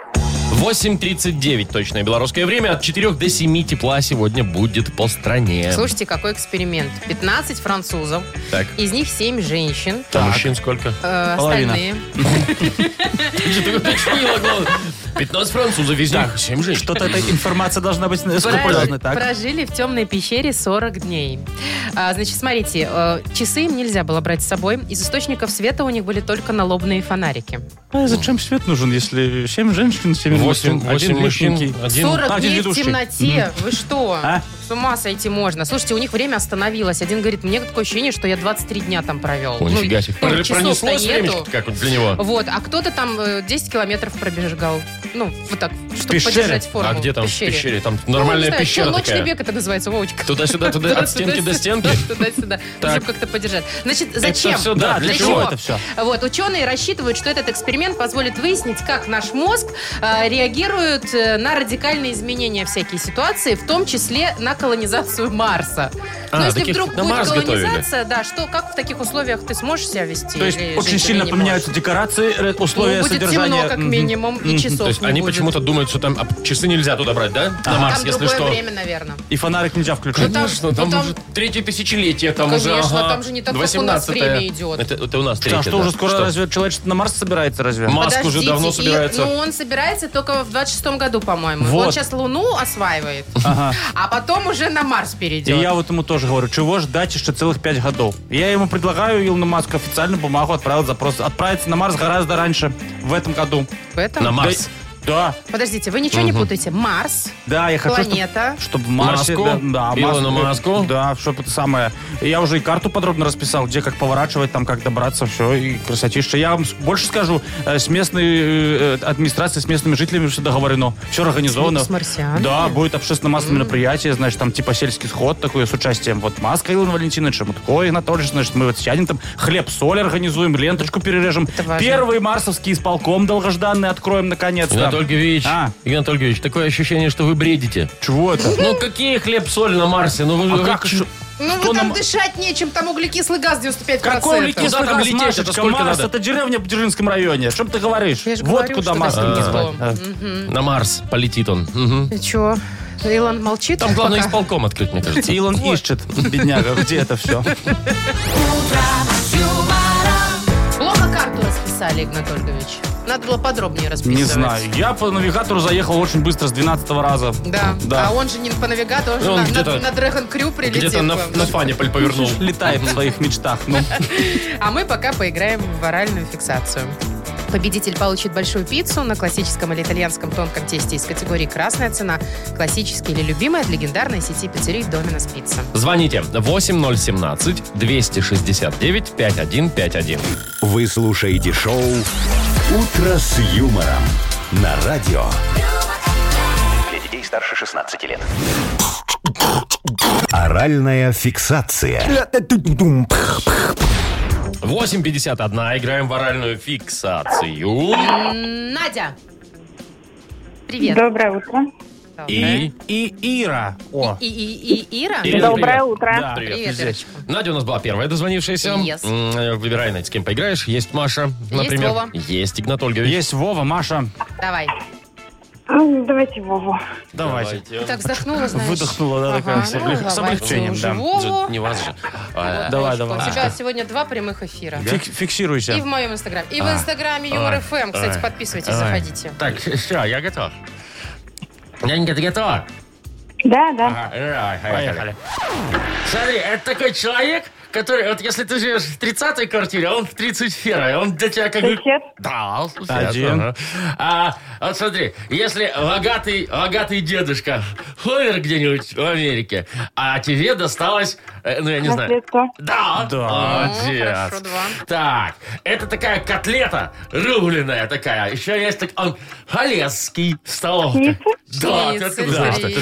8.39 точное белорусское время. От 4 до 7 тепла сегодня будет по Э. стране. Слушайте, какой эксперимент. 15 французов, Так. из них 7 женщин, А мужчин сколько? э, Половина. остальные. Ты же так уточнила, главное. 15 французов, из них 7 женщин. Что-то эта информация должна быть Про- скрупулезной, так? Прожили в темной пещере 40 дней. А, значит, смотрите, э, часы им нельзя было брать с собой. Из источников света у них были только налобные фонарики. Ну. А зачем свет нужен, если 7 женщин, 7 8, 8 мужчин, один. 40 а, один дней в ведущий. темноте. Вы что? А? С ума сойти можно. Слушайте, у них время остановилось. Один говорит, мне такое ощущение, что я 23 дня там провел. О, нифига себе. ну, Пр- часов-то Пронеслось нету. времечко как вот для него. Вот, а кто-то там э, 10 километров пробежал. Ну, вот так, чтобы пещере? поддержать форму. А где там в пещере? Там нормальная Ну, не знаю, пещера что, Ночный такая. бег это называется, Вовочка. Туда-сюда, туда, от стенки до стенки. Туда-сюда. Так. Чтобы как-то поддержать. Значит, зачем? всё, да, для чего это всё? Вот, ученые рассчитывают, что этот эксперимент позволит выяснить, как наш мозг э, реагирует э, на радикальные изменения всякие ситуации, в том числе на колонизацию Марса. А, Ну, если таких вдруг на будет Марс готовили. колонизация, да, что, как в таких условиях ты сможешь себя вести? То есть или очень жить сильно или не поменяются декорации, э, условия можешь? Ну, будет содержания. темно, как Мгм. минимум, и часов То есть не они будет. почему-то думают, что там а, часы нельзя туда брать, да? На Марс, Там если другое что. время, наверное. И фонарик нельзя включить. Ну, там- Конечно, там, ну, там- уже третье тысячелетие, там уже, Конечно, ага, там же не так, как у нас 18-е. время идет. Это, это у нас третье, А что да. уже скоро разве человечество на Марс собирается разве? Ма- Маск уже Подождите, давно и- собирается. ну, он собирается только в 26-м году, по-моему. Вот. Он сейчас Луну осваивает, Ага. а потом уже на Марс И перейдет. я вот ему тоже говорю, чего ждать еще целых пять годов? Я ему предлагаю Илону Маску официальную бумагу отправил запрос. Отправиться на Марс гораздо раньше, в этом году. На Поэтому... Марс. Да, Подождите, вы ничего не путаете. Марс, да, я хочу, чтобы, планета. чтобы в Марсе... Маску, да, да, Илону Маск- Маску. Да, чтобы это самое. И Я уже и карту подробно расписал, где как поворачивать, там как добраться, все, и красотища. Я вам с- больше скажу, э, с местной э, э, администрацией, с местными жителями все договорено, все организовано. С марсианами? Да, будет общественно-массовое мероприятие, значит, там типа сельский сход такой с участием вот Маска Илона Валентиновича, Мутко Анатольевич, а значит, мы вот сядем там, хлеб, соль организуем, ленточку перережем. Это важно. Первый марсовский исполком долгожданный откроем наконец-то. Игнат Ольгович, А. Игнат Ольгович, такое ощущение, что вы бредите. Чего это? Ну какие хлеб-соль на Марсе? Ну вы, А вы как ч- еще? Ну, Что вы там нам- дышать нечем, там углекислый газ 95%. Какой углекислый? летист Куда там лететь? Это сколько Марс, надо? это деревня в Дзержинском районе. Что ты говоришь? Я же вот говорю, куда что Марс таким не языком. звать. на Марс полетит он? Мгм. Ты чё, Илон молчит? Там главное пока? исполком открыть, мне Э, кажется. Илон ищет, бедняга, где это все? Плохо карту расписали, Игнат Ольгович. Надо было подробнее расписывать. Не знаю. Я по навигатору заехал очень быстро с 12 раза. Да. Да. а он же не по навигатору, он же Он на, где-то- на, на Dragon Crew прилетел. Где-то на, вам. на фане А поль- повернул. Летает в своих мечтах. Ну, А мы пока поиграем в оральную фиксацию. Победитель получит большую пиццу на классическом или итальянском тонком тесте из категории «Красная цена», классический или любимый от легендарной сети пиццерий «Доминос Пицца». Звоните 8017-269-5151. Вы слушаете шоу «Утро с юмором» на радио. Для детей старше 16 лет. Оральная фиксация. 8.51. Играем в оральную фиксацию. Надя! Привет. Доброе утро. И... и Ира. О, И, и, и Ира? Ирина, Доброе привет. утро. да, Привет, Привет, здесь. Ирочка. Надя у нас была первая дозвонившаяся. Yes. М, э, Выбирай, Надь, с кем поиграешь. Есть Маша, например. Вова. Есть Игнат Ольгович. Есть Вова, Маша. Давай. Ну, Давайте Вову. Давайте. Ты так вздохнула, знаешь. Выдохнула, да, такая вся, ну, с давайте облегчением, уже да. Же- Вову. Не вас же. А, Давай, У давай. тебя сегодня два прямых эфира. Фик- И в Фиксируйся. моем инстаграме. И в инстаграме Юмор ФМ. Кстати, подписывайтесь, А. давай. заходите. Так, все, я готов. Нянька, ты готова? Да, да. Ага, Э, давай, Поехали. Смотри, это такой человек, который, вот если ты живешь в 30-й квартире, он в 31-й, он для тебя как бы... Сосед. Да, сосед, Один. ага. А, вот смотри, если богатый, богатый дедушка умер где-нибудь в Америке, а тебе досталось, э, ну я не знаю... Наследство. Да, Да. молодец. Ну, хорошо, два. Так, это такая котлета рубленая такая. Еще есть так, он холесский столовка. Ницца? Да, Птицы, как это да. цари.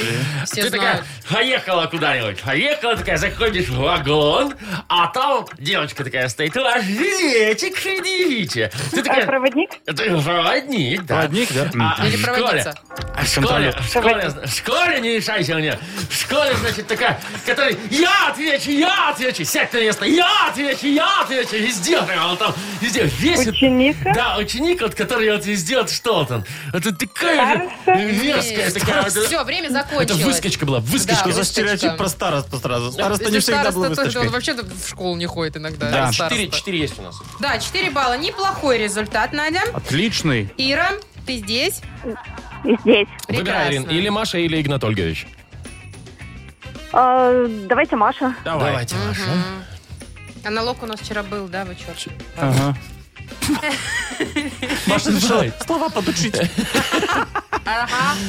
Все Ты такая знают. поехала куда-нибудь, поехала такая, заходишь в вагон, а там девочка такая стоит, у вас жилетик, шевелите. Ты А такая, проводник? ты проводник, да. Проводник, да? А, Или в школе- проводница. а В школе, в школе, в школе не мешайся мне. В школе, значит, такая, который я отвечу, я отвечу, сядь на место, я отвечу, я отвечу, везде, прям, он там, везде, весь... Ученица? Да, ученик, вот, который вот везде, вот, что вот он, это такая же Староста? мерзкая такая. вот, Все, время это закончилось. выскочка была, выскочка. Да, Что за выскочка. стереотип про старосту сразу? Староста Если не всегда староста был тоже, Он выскочкой. вообще в школу не ходит иногда. Да. староста. Четыре, четыре есть у нас. Да, 4 балла. Неплохой результат, Надя. Отличный. Ира, ты здесь? Здесь. Прекрасно. Маша, или Игнат Ольгович. А, давайте Маша. Давай. Давайте, Маша. А налог у нас вчера был, да, вы черт. Ага. Маша, решила слова подучить.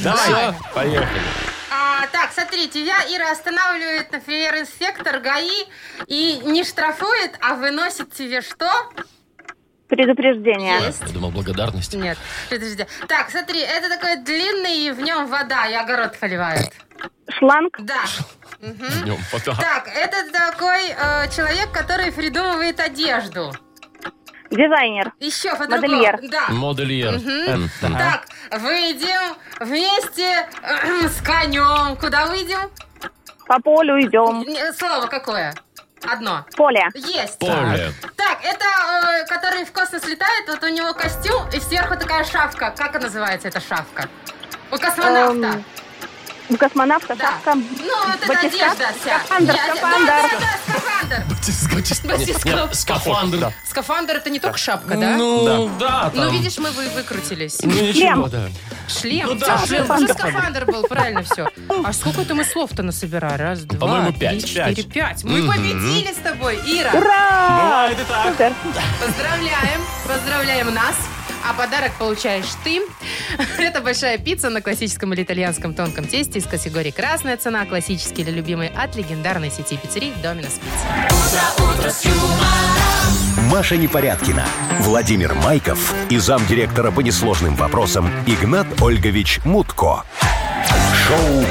Давай. Поехали. А, так, смотрите, я Ира останавливает, например, инспектор ГАИ и не штрафует, а выносит тебе что? Предупреждение. Я думал, благодарность. Нет, подожди. Так, смотри, это такой длинный, и в нем вода, и огород поливают. Шланг. Да. Днем, пока. Так, это такой э, человек, который придумывает одежду. Дизайнер. Еще по-другому. Модельер. Да. Модельер. М, да. Так, выйдем вместе э, с конем. Куда выйдем? По полю идем. Не, Слово какое? Одно. Поле. Есть. Поле. Так, это э, который в космос летает, вот у него костюм и сверху такая шапка. Как она называется эта шапка? У космонавта. Эм, У космонавта Да. шапка. Ну, вот это батиста- одежда вся. скафандр, Не, оде- скафандр. Да, да, да, скафандр. Нет, нет, Скафандр. Скафандр это не только шапка, да? Ну, Ну, да, там. видишь, мы вы- выкрутились. ничего, да. Шлем. Ну да, Всё, шлем, уже скафандр был, правильно все. А сколько это мы слов-то насобирали? Раз, два, по-моему, три, пять. четыре, пять. Мы победили с тобой, Ира. Ура! Бывает и так. Супер. Поздравляем, поздравляем нас. А подарок получаешь ты. Это большая пицца на классическом или итальянском тонком тесте из категории «Красная цена», классический или любимый от легендарной сети пиццерий «Доминос Пицца». Маша Непорядкина, Владимир Майков и замдиректора по несложным вопросам Игнат Ольгович Мутко. Шоу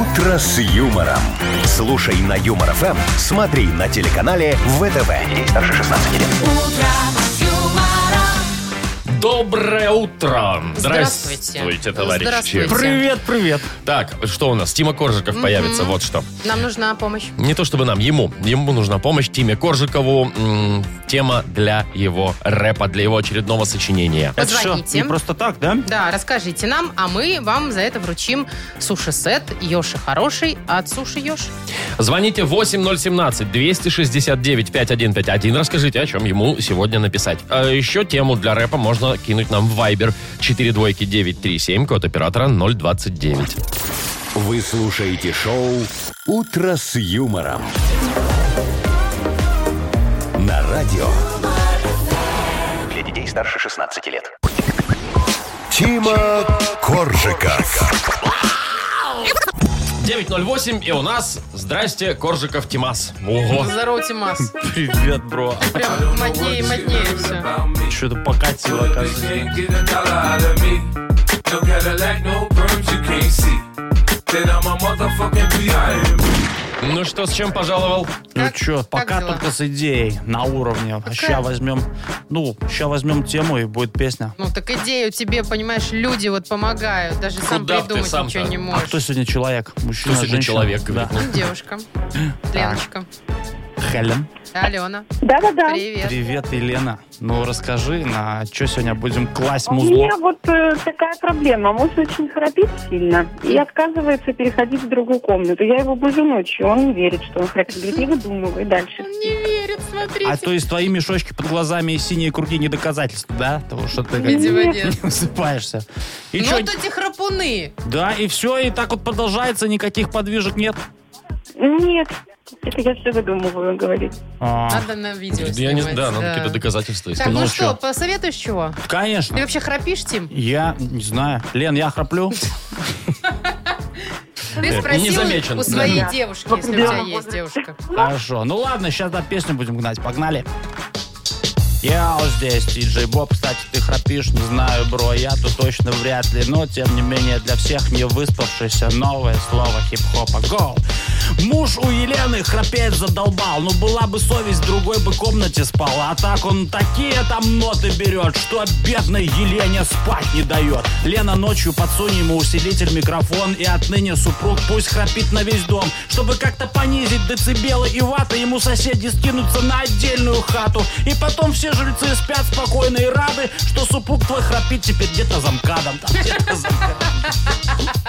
«Утро с юмором». Слушай на Юмор ФМ, смотри на телеканале ВТВ. Ей старше 16 лет. Доброе утро. Здравствуйте. Здравствуйте, товарищи. Здравствуйте. Привет, привет. Так, что у нас? Тима Коржиков появится, вот что. Нам нужна помощь. Не то чтобы нам, ему. Ему нужна помощь Тиме Коржикову. М, Тема для его рэпа, для его очередного сочинения. Это что, Позвоните. не просто так, да? Да, расскажите нам, а мы вам за это вручим суши-сет Йоши Хороший от Суши Йоши. Звоните 8017-269-5151. Расскажите, о чем ему сегодня написать. А еще тему для рэпа можно кинуть нам в Viber 42937, код оператора 029. Вы слушаете шоу «Утро с юмором». На радио Для детей старше 16 лет. Тима Коржика. 908, и у нас, здрасте, Коржиков Тимас. Ого. Здорово, Тимас. Привет, бро. Прям моднее и моднее все. Что-то покатило, кажется. Ну что, с чем пожаловал? Ну Как- что, как пока дела? только с идеей на уровне. Ща возьмем, ну, ща возьмем тему и будет песня. Ну так идею тебе, понимаешь, люди вот помогают. Даже сам Куда ты придумать сам-то? ничего не А можешь. кто сегодня человек? Мужчина, сегодня женщина? человек, Да. говорит, Девушка. Леночка. Хелен. Алена. Да-да-да. Привет. Привет, Елена. Ну, расскажи, на что сегодня будем класть У музло? меня вот э, такая проблема. Муж очень храпит сильно и отказывается переходить в другую комнату. Я его буду ночью, он не верит, что он храпит. Говорит, не выдумывай дальше. Он не верит, А смотрите. то есть твои мешочки под глазами и синие круги не доказательства, да? Того, что ты как Видимо, не нет. высыпаешься. И Ну чё? вот эти храпуны. Да, и все, и так вот продолжается, никаких подвижек нет. Нет, это я все выдумываю, говорит. А, Надо на видео ну, Я не снимать, знаю, да, нам какие-то доказательства Так, искать. ну Ну, что, чё? посоветуешь чего? А Ты конечно. вообще храпишь, Тим? Я не знаю. Лен, я храплю? Ты незамечен. спросил у своей Да. девушки, Вот если у тебя прям. есть девушка. Хорошо. Ну ладно, сейчас да, песню будем гнать. Погнали. Я вот здесь, диджей Боб, кстати, ты храпишь, не знаю, бро, я тут точно вряд ли, но тем не менее для всех не выспавшееся новое слово хип-хопа. Гоу! Муж у Елены храпеть задолбал, ну была бы совесть, в другой бы комнате спал, а так он такие там ноты берет, что бедной Елене спать не дает. Лена ночью подсунь ему усилитель, микрофон, и отныне супруг пусть храпит на весь дом, чтобы как-то понизить децибелы и ваты, ему соседи скинутся на отдельную хату, и потом все жильцы спят спокойно и рады, что супруг твой храпит теперь где-то за МКАДом, там где-то за МКАДом.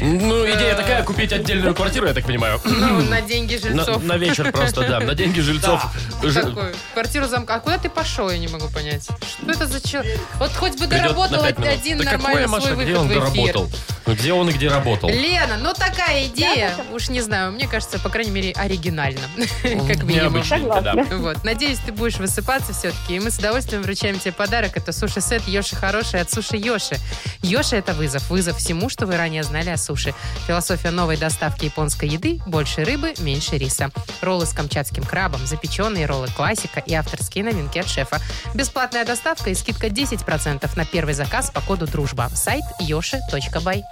Ну, идея такая, купить отдельную квартиру, я так понимаю. Ну, на деньги На, жильцов. на вечер просто, да, на деньги жильцов. Ты Ж- такой, квартиру замка. А куда ты пошел, я не могу понять. Что это за человек? Вот хоть бы придет на доработал пять минут. один Да какое, нормальный свой Маша, где выход он в эфир. доработал? Ну, Где он и где работал? Лена, ну такая идея. Уж не знаю, мне кажется, по крайней мере, оригинально. Как а минимум. Необычненько, да. Вот. Надеюсь, ты будешь высыпаться все-таки. И мы с удовольствием вручаем тебе подарок. Это суши-сет Йоши Хороший от Суши Йоши. Йоши – это вызов. Вызов всему, что вы ранее знали о суши. Философия новой доставки японской еды – больше рыбы, меньше риса. Роллы с камчатским крабом, запеченные роллы классика и авторские новинки от шефа. Бесплатная доставка и скидка 10% на первый заказ по коду «Дружба». Сайт yoshi.by.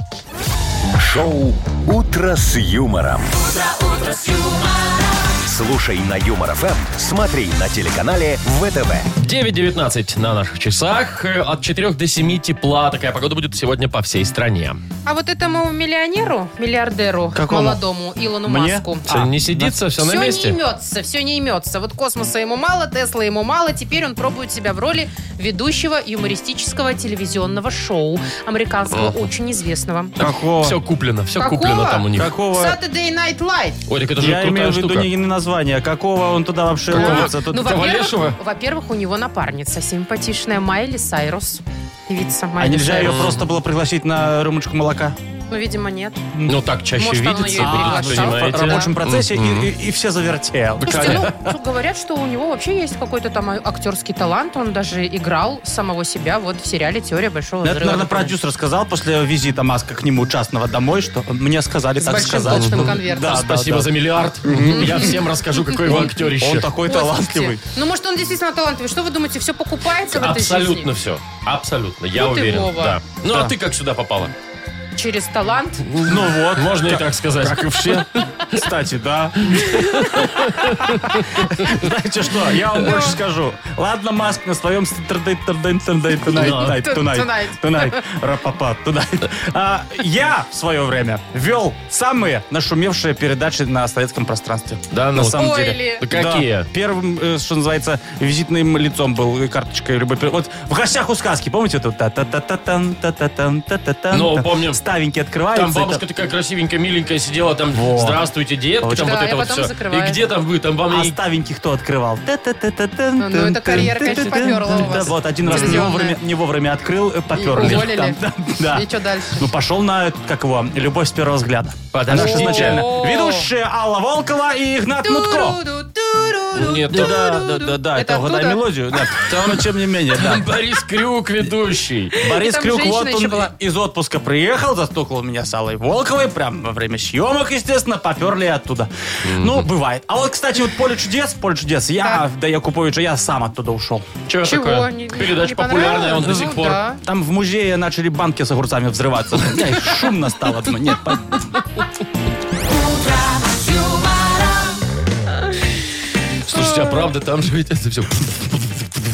Шоу «Утро с юмором». Слушай на Юмор ФМ, смотри на телеканале ВТВ. 9.19 на наших часах. Э, От 4 до 7 тепла. Такая погода будет сегодня по всей стране. А вот этому миллионеру, миллиардеру, Какому? молодому Илону Мне? Маску. Всё, А, не сидится, все на все месте? не имется, все не имется. Вот космоса ему мало, Тесла ему мало. Теперь он пробует себя в роли ведущего юмористического телевизионного шоу американского, очень известного. Какого? Все куплено, все Какого? куплено там у них. Какого? Saturday Night Live. Ой, так это же Я крутая имею в виду штука. не не название, какого он туда вообще Какого? ловится. Тут а Ну, Кого лешего? во-первых, во-первых, у него напарница симпатичная Майли Сайрус. Певица А Майли нельзя ее Сайрус. просто было пригласить на рюмочку молока? А, Ну, видимо, нет. Ну, так чаще Может, А, оно видится, ей будут, приглашало? в понимаете. рабочем процессе, Мгм. и, и- и все завертел. Слушайте, ну, тут говорят, что у него вообще есть какой-то там а, актерский талант. Он даже играл самого себя вот в сериале «Теория большого Ну, взрыва». Это, наверное, продюсер сказал после визита Маска к нему частного домой, что мне сказали С так большим сказать. толстым что- конвертом. Да, да, Спасибо да. за миллиард. Я всем расскажу, какой вы Он актерище. такой Ой, слушайте, талантливый. Ну, может, он действительно талантливый. Что вы думаете, все покупается в этой Абсолютно все. Абсолютно, я Ну ты, уверен. Вова. Да. Ну, а Да. ты как сюда попала? жизни? Через талант? Ну вот. Можно и так сказать. Как и все. Кстати, да. Знаете что, я вам больше скажу. Ладно, Маск на своем Saturday, Saturday, Saturday, tonight, Да. tonight, Tonight. tonight, tonight, рапапа, tonight. А, Я в свое время вел самые нашумевшие передачи на советском пространстве. Да на ну. самом деле. Ой, ли. Да Какие? Да, первым, э, что называется, визитным лицом был э, карточкой любой. пер- Вот в гостях у сказки, помните эту? та та та та тан та та тан та та тан Ну, помним. Ставенький открывается. Там и бабушка такая красивенькая, миленькая сидела, там здравствуйте, детки, там Да, вот и это вот потом все. закрывает. И где там вы, там вам А и- ставенький кто открывал? Та-та-та-та-тан, Ну, это тан, карьера, тан, конечно, тан, попёрла тан, у вас. тан. Вот один раз не Телевизионная. вовремя, не вовремя открыл, э, поперли. И уволили. Там, да, Да. И что дальше? Ну, пошел на, этот, как его, «Любовь с первого взгляда». Она же Подождите. изначально. О. Ведущие Алла Волкова и Игнат Мутко. Ту-ру-ду, ту-ру-ду, Нет, Да, да, да, ту-ру-ду. да, да, это угадай оттуда? мелодию. Да. Но тем не менее, да. Там Борис Крюк ведущий. Борис И там Крюк, женщина вот он еще была. из отпуска приехал, застукал меня с Аллой Волковой, прям во время съемок, естественно, поперли оттуда. Ну, бывает. А вот, кстати, вот «Поле чудес», «Поле чудес», я, да, Якуповича, я сам оттуда ушел. Чего Чего? такое? Не- не Передача популярная, понравилось? он до Ну сих пор. да. Там в музее начали банки с огурцами взрываться. Да, и шумно стало. Нет, по- Слушайте, а правда, там же ведь это все...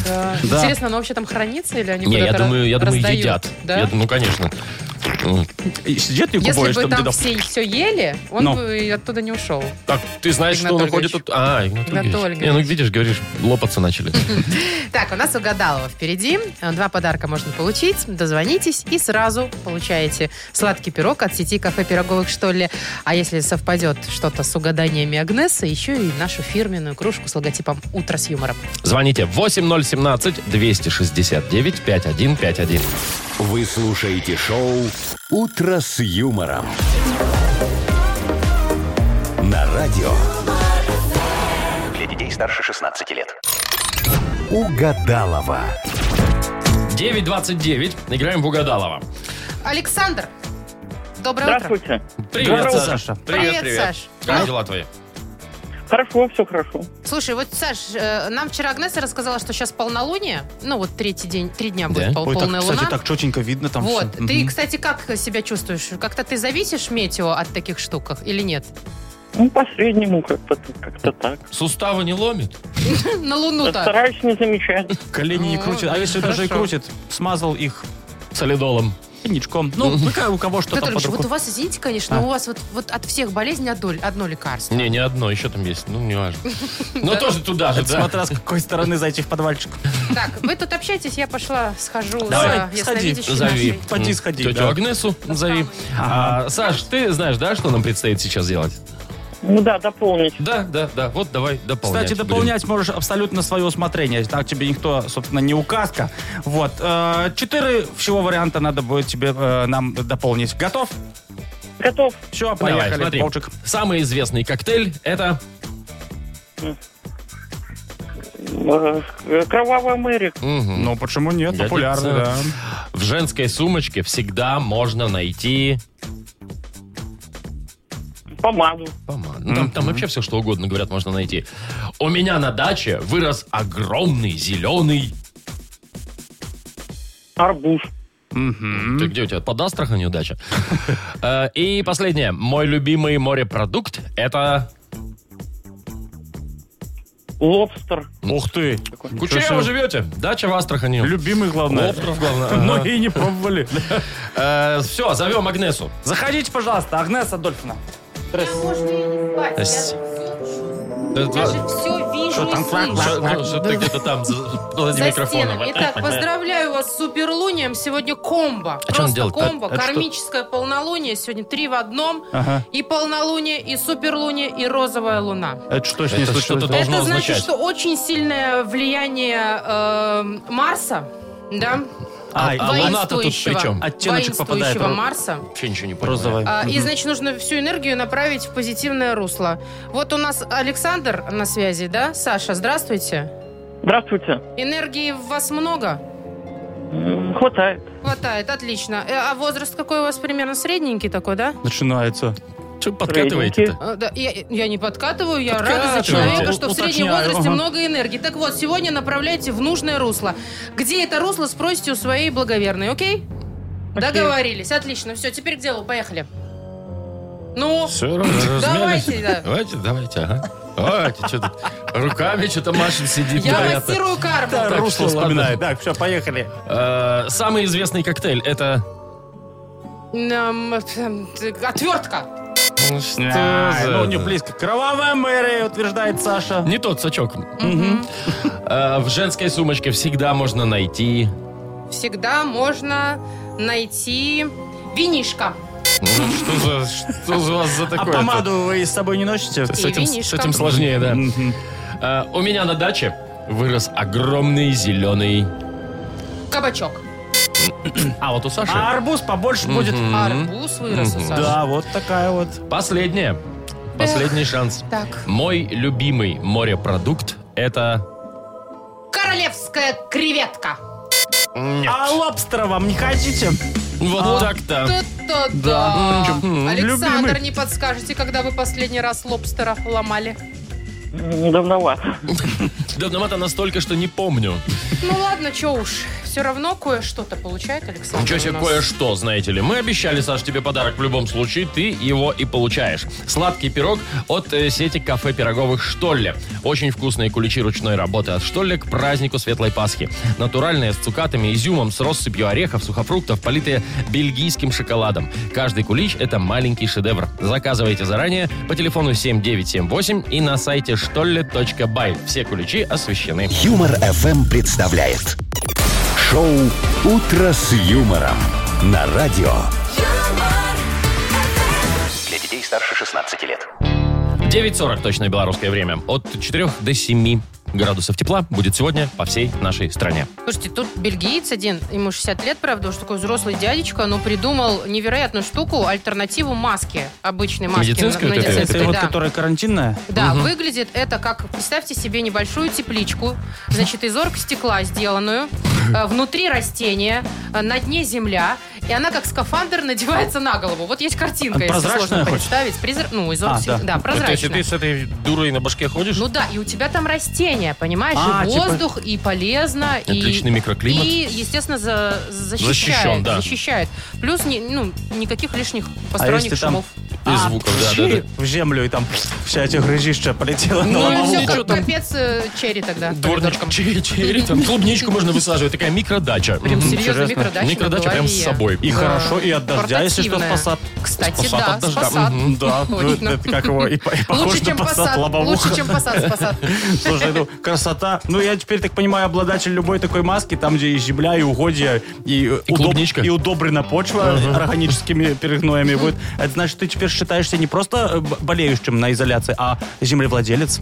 Да. Ну Интересно, оно вообще там хранится или они Не, я куда-то думаю, я думаю, раздают? едят. Да? Я думаю, Ну, конечно. и сидит Если Якупович бы там там дедов. все все ели, он Ну. бы и оттуда не ушел. Так, ты знаешь, Игнат что он Ольгович. уходит тут... А, Игнат Игнат Ольгович. Ольгович. Не, ну видишь, говоришь, лопаться начали. Так, у нас угадалово впереди. Два подарка можно получить. Дозвонитесь и сразу получаете сладкий пирог от сети кафе «Пироговых», что ли. А если совпадет что-то с угаданиями Агнесы, еще и нашу фирменную кружку с логотипом «Утро с юмором». Звоните 8017-269-5151. Вы слушаете шоу «Утро с юмором». На радио Для детей старше 16 лет. «Угадалова». 929. Играем в Угадалова. Александр, доброе утро. Здравствуйте. Привет, Здорово. Саша. Саша. А? Привет, Привет, привет. Саш. Как дела твои? Хорошо, все хорошо. Слушай, вот, Саш, э, нам вчера Агнеса рассказала, что сейчас полнолуние. Ну, вот третий день, три дня будет пол- Ой, так, полная кстати, луна. так четенько видно там вот. всё. Ты, Мгм. кстати, как себя чувствуешь? Как-то ты зависишь метео от таких штуках или нет? Ну, по-среднему как-то, как-то так. Суставы не ломит? На Луну-то. Стараюсь не замечать. Колени не Ну, крутит. А если даже и хорошо. крутит, смазал их Солидолом. коньячком. Ну, ну, какая у кого что там Петр под Ильич, вот рукой. у вас, извините, конечно, А. но у вас вот, вот от всех болезней одно, одно лекарство. Не, не одно, еще там есть. Ну, не важно. Но тоже туда же, Это да? смотря с какой стороны зайти в подвальчик. Так, вы тут общайтесь, я пошла, схожу Давай, за сходи, ясновидящей Зови. нашей. Поди сходи, Тетю да. Агнесу зови. А, Саш, ты знаешь, да, что нам предстоит сейчас делать? Ну да, дополнить. Да, да, да. Вот давай дополнять. Кстати, будем. дополнять можешь абсолютно свое усмотрение. Так тебе никто, собственно, не указка. Вот. э, Четыре всего варианта надо будет тебе э, нам дополнить. Готов? Готов. Все, Давай, поехали. смотри. Болчик. Самый известный коктейль это... Э, Кровавый Мэрик. Мгм. Ну, почему нет? Годится. Популярный, да. В женской сумочке всегда можно найти... Помаду. Помаду. Ну, там, там вообще все, что угодно, говорят, можно найти. У меня на даче вырос огромный зеленый... Арбуз. Ты где у тебя? Под Астраханью дача? Э, И последнее. Мой любимый морепродукт это... Лобстер. Ух ты. Кучерево живете? Дача в Астрахани. Любимый, главное. Лобстеров, главное. э, Многие не пробовали. Все, зовем Агнесу. Заходите, пожалуйста, Агнес Адольфовна. Здрасте. Я же все вижу Что там, и флаг, слышу. флаг? Что что ты где-то там за позади За микрофоном? стенами. Итак, поздравляю вас с суперлунием. Сегодня комбо. А что он Просто делает? комбо. Это- это что? Кармическое полнолуние. Сегодня три в одном. Ага. И полнолуние, и суперлуние, и розовая луна. Это Э, что с ней Это случилось? что-то должно Это значит, означать. что очень сильное влияние эм, Марса, да? А, А луна-то тут при Воинствующего- чем? Оттеночек попадает воинствующего ро- Марса. Вообще ничего не понимаю. Розовая. А, И, значит, нужно всю энергию направить в позитивное русло. Вот у нас Александр на связи, да? Саша, здравствуйте. Здравствуйте. Энергии в вас много? М, Хватает. Хватает, отлично. Э, А возраст какой у вас примерно? Средненький такой, да? Начинается. Что подкатываете-то? Э, да, я, я не подкатываю, я рада за Подкатываете. человека, что У- в среднем уточняю, возрасте ага. много энергии. Так вот, сегодня направляйте в нужное русло. Где это русло, спросите у своей благоверной, окей? Договорились, отлично. Все, теперь к делу, поехали. Ну, Все равно Давайте, да. Давайте, давайте, ага. Давайте, что-то руками что-то машин сидит. я непонятно. массирую карму. Да, Так, русло что, ладно. вспоминает. Так, все, поехали. Э, Самый известный коктейль это... Эм, э, Отвертка. Ну, что А, за- Ну, не близко. Кровавая мэрия, утверждает Саша. Не тот сачок. Э, В женской сумочке всегда можно найти... Всегда можно найти винишко. Ну, Что за... Что за у вас за А такое? помаду вы с собой не носите? С И этим, с винишко. этим сложнее, да. Мгм. Э, у меня на даче вырос огромный зеленый... Кабачок. А, вот у Саши. А арбуз побольше будет. Арбуз вырос у Саши. Да, вот такая вот. Последнее. Последний шанс. Так. Мой любимый морепродукт это... Королевская креветка. А лобстера вам не хотите? Вот так-то. Да-да-да. М, Александр, любимый. не подскажете, когда вы последний раз лобстера ломали? М, Давновато. Давновато настолько, что не помню. Ну ладно, чё уж. Все равно кое-что-то получает Александр. Ничего у себе, нас. кое-что, знаете ли. Мы обещали, Саш, тебе подарок в любом случае. Ты его и получаешь. Сладкий пирог от э, сети кафе пироговых «Штолле». Очень вкусные куличи ручной работы от «Штолле» к празднику Светлой Пасхи. Натуральные, с цукатами, изюмом, с россыпью орехов, сухофруктов, политые бельгийским шоколадом. Каждый кулич – это маленький шедевр. Заказывайте заранее по телефону 7978 и на сайте «Штолле.бай». Все куличи освещены. Юмор FM представляет шоу Утро с юмором на радио. Для детей старше 16 лет. 9.40 точное белорусское время. От 4 до 7 градусов тепла будет сегодня по всей нашей стране. Слушайте, тут бельгиец один, ему 60 лет, правда, уж такой взрослый дядечка, но придумал невероятную штуку, альтернативу маске, обычной маске. Медицинской на- вот этой? медицинской, Это вот, да. которая карантинная? Да, выглядит это как, представьте себе небольшую тепличку, значит, из оргстекла сделанную, э, внутри растения, э, на дне земля, и она как скафандр надевается на голову. Вот есть картинка, А если прозрачная сложно хоть? представить. Призра- Ну, из А, оргсиликона. да. То есть и прозрачная. ты с этой дурой на башке ходишь? Ну да, и у тебя там растения, понимаешь? А, и типа- воздух, и полезно, и... Отличный микроклимат. И, естественно, за- защищает. Защищен, да. Защищает. Плюс не- ну, никаких лишних А если посторонних ты там шумов. И а, звуков, да, пши да, в землю, и там вся эта грыжища полетела на Ну и лобовую. все, как капец э, черри тогда. Дворничком черри, черри, там клубничку можно высаживать. Такая микродача. Прям серьезно, Интересно. микродача на Ну, Микродача прям с голове. собой. И хорошо, и от дождя, если что, портативная. спасат. Кстати, спасат да, от дождя. спасат. Мгм, Да, Точно. это как его, и, по- и похож ну. Лучше, на чем пассат пассат. лобовуха. Лучше, чем пассат, спасат. Слушай, ну, красота. Ну, я теперь, так понимаю, обладатель любой такой маски, там, где и земля, и угодья, и, э, удоб- клубничка. и удобрена почва органическими перегноями будет. Это значит, ты теперь считаешься не просто э, б- болеющим на изоляции, а землевладелец.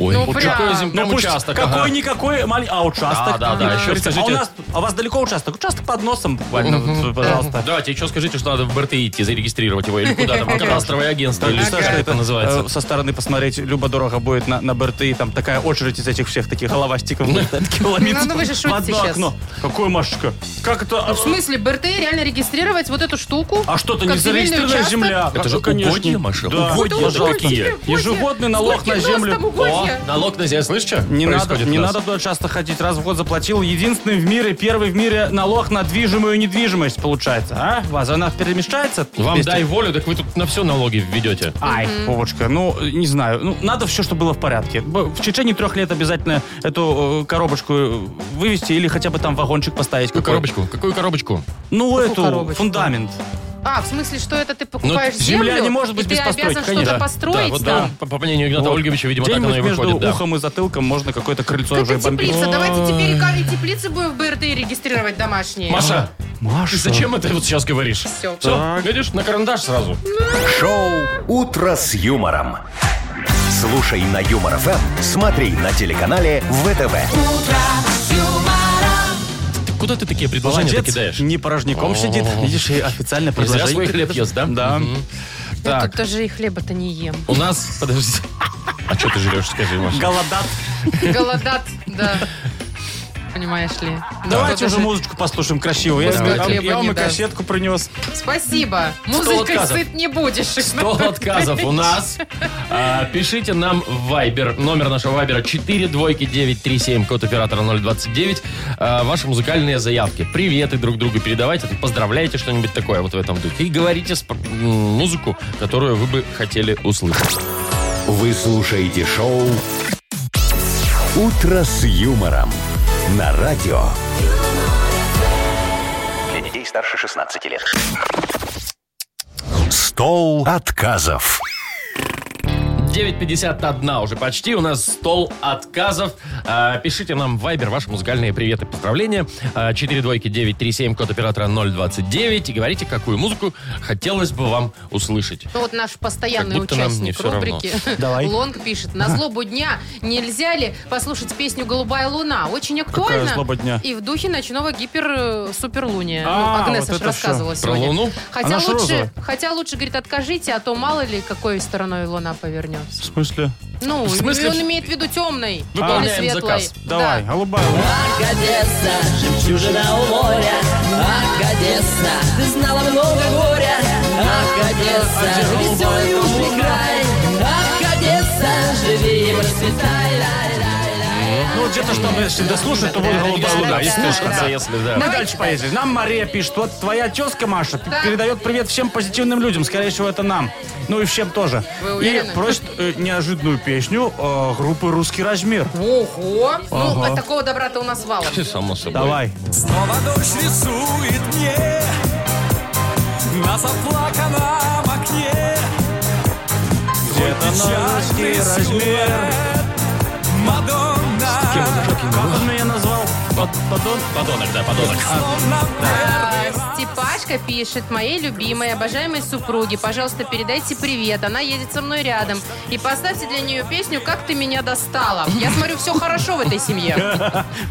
Ой, Ну, вот прям. какой зим- прям Ну, пусть участок. ага. Какой-никакой маленький... А, участок? Да, да, да, Ага. еще А у, скажите- нас, а у вас далеко участок? Участок под носом буквально, вот, пожалуйста. Давайте еще скажите, что надо в БРТ идти, зарегистрировать его или куда-то, в кадастровое агентство, или Представляешь, что что это называется. э, Со стороны посмотреть, любо дорого будет на, на БРТ, и там такая очередь из этих всех таких головастиков. этот километр Ну, ну вы же шутите в одно щас. Ну, окно. Какое, Машечка? Как это? В смысле, БРТ реально регистрировать вот эту штуку? А что-то Как не земельный зарегистрированная участок? земля. Это же Ну, конечно. угодья, Маша, Да. угодья Угодья жалкие. жалкие. Ежегодный налог на Сколько землю. нас там угодья? О, налог на землю, слышишь, что Не надо, происходит не у нас? надо туда часто ходить. Раз в год заплатил. Единственный в мире, первый в мире налог на движимую недвижимость получается. А? Ваза, она перемещается? Вам 200? дай волю, так вы тут на все налоги введете. Ай, Вовочка, ну, не знаю. Ну, надо все, чтобы было в порядке. Б- В течение трех лет обязательно эту э, коробочку э, вывести или хотя бы там вагончик поставить. Какую какой. Ну, коробочку? Какую коробочку? Ну, эту, коробочку? фундамент. А, в смысле, что это ты покупаешь Ну, земля землю? не может быть и без ты постройки, обязан конечно. что-то Да, Да, построить вот да, там? по, по мнению Игната Вот. Ольговича, видимо, так Где-нибудь оно и между выходит. да. ухом и затылком можно какое-то крыльцо Как уже и бомбить. теплица. Давайте теперь и ка- и теплицы будем в БРТ регистрировать домашние. Маша, Маша. ты зачем это вот сейчас говоришь? Все. Все, видишь, на карандаш сразу. Шоу «Утро с юмором». Слушай на Юмор ФМ, смотри на телеканале ВТВ. Ты куда ты такие предложения Молодец, кидаешь? не порожняком сидит. Видишь, и официально Не зря предложение. свой хлеб ест, да? Да. Мгм. Я Так, тут даже и хлеба-то не ем. у нас... Подожди. А что ты жрешь, скажи, Маша? Голодат. Голодат, да. Понимаешь ли. Давайте кто-то уже же- музычку послушаем красивую. Я, Давай. я- Хлеба я вам не и даст. кассетку принес. Спасибо. Музыкой отказов. сыт не будешь. 100 отказов у нас. А, пишите нам в Viber. Номер нашего Вайбера 42937, код оператора 029. А, ваши музыкальные заявки. Приветы друг другу передавайте, там, поздравляйте что-нибудь такое вот в этом духе. И говорите спо- м, музыку, которую вы бы хотели услышать. Вы слушаете шоу «Утро с юмором» на радио. Для детей старше 16 лет. Стол отказов. 9.51 уже почти. У нас стол отказов. А, пишите нам в Viber ваши музыкальные приветы, поздравления. А, 42937, код оператора 029. И говорите, какую музыку хотелось бы вам услышать. Ну вот наш постоянный Как будто нам не участник всё равно. рубрики Давай. Лонг пишет. На злобу дня нельзя ли послушать песню «Голубая луна»? Очень актуально. злоба дня? И в духе ночного гипер-суперлуния. А, ну, вот Агнеса же это рассказывала Про сегодня. Луну? Хотя Она ж лучше, розовая. хотя лучше, говорит, откажите, а то мало ли какой стороной луна повернется. В смысле? Ну, В смысле? он имеет в виду темной, а не Выполняем светлой. заказ. Давай, Да. голубая. Ах, Одесса, жемчужина у моря. Ах, Одесса, ты знала много горя. Ах, Одесса, веселый южный край. Ах, Одесса, живи и расцветай. Ну, где-то что, если дослушать, то будет голубая луна. Если слушать, да. если да. Мы дальше поедем. Нам Мария пишет, вот твоя тезка Маша передает привет всем позитивным людям. Скорее всего, это нам. Ну и всем тоже. Вы и уверены? просит э, неожиданную песню э, группы «Русский размер». Ого! Ну, Ага. от такого добра-то у нас валом. Само собой. Давай. Снова дождь рисует мне На заплаканном окне Где-то на Печатный «Русский размер». силуэт Кем Мадонна это Жаклин Как Луна? он меня назвал? Под, подон? Подонок, да, подонок. Словно А, Степашка пишет, моей любимой, обожаемой супруге, пожалуйста, передайте привет, она едет со мной рядом. И поставьте для нее песню «Как ты меня достала». Я смотрю, все хорошо в этой семье.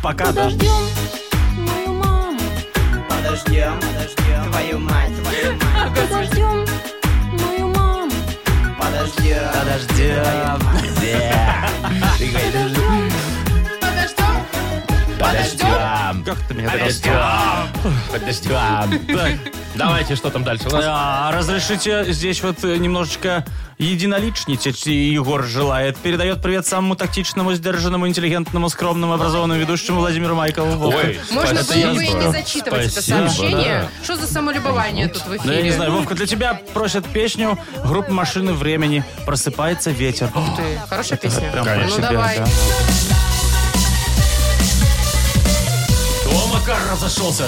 Пока, да. Подождем, подождем, твою мать, твою мать. Подождем, подождем. Подождем, подождем. Как ты А меня Подожди. достал. Подожди. Так, Давайте, что там дальше у нас? А, Разрешите здесь вот э, немножечко единоличничать. И Егор желает. Передает привет самому тактичному, сдержанному, интеллигентному, скромному, образованному ведущему Владимиру Майкову. Ой, Можно было бы и не Спасибо. зачитывать это Спасибо, сообщение. да. Что за самолюбование тут в эфире? Да Ну, я не знаю, Вовка, для тебя просят песню группы «Машины времени». Просыпается ветер. Ты, Хорошая Это песня. прям Ну себе, давай. да. О, Макар разошелся.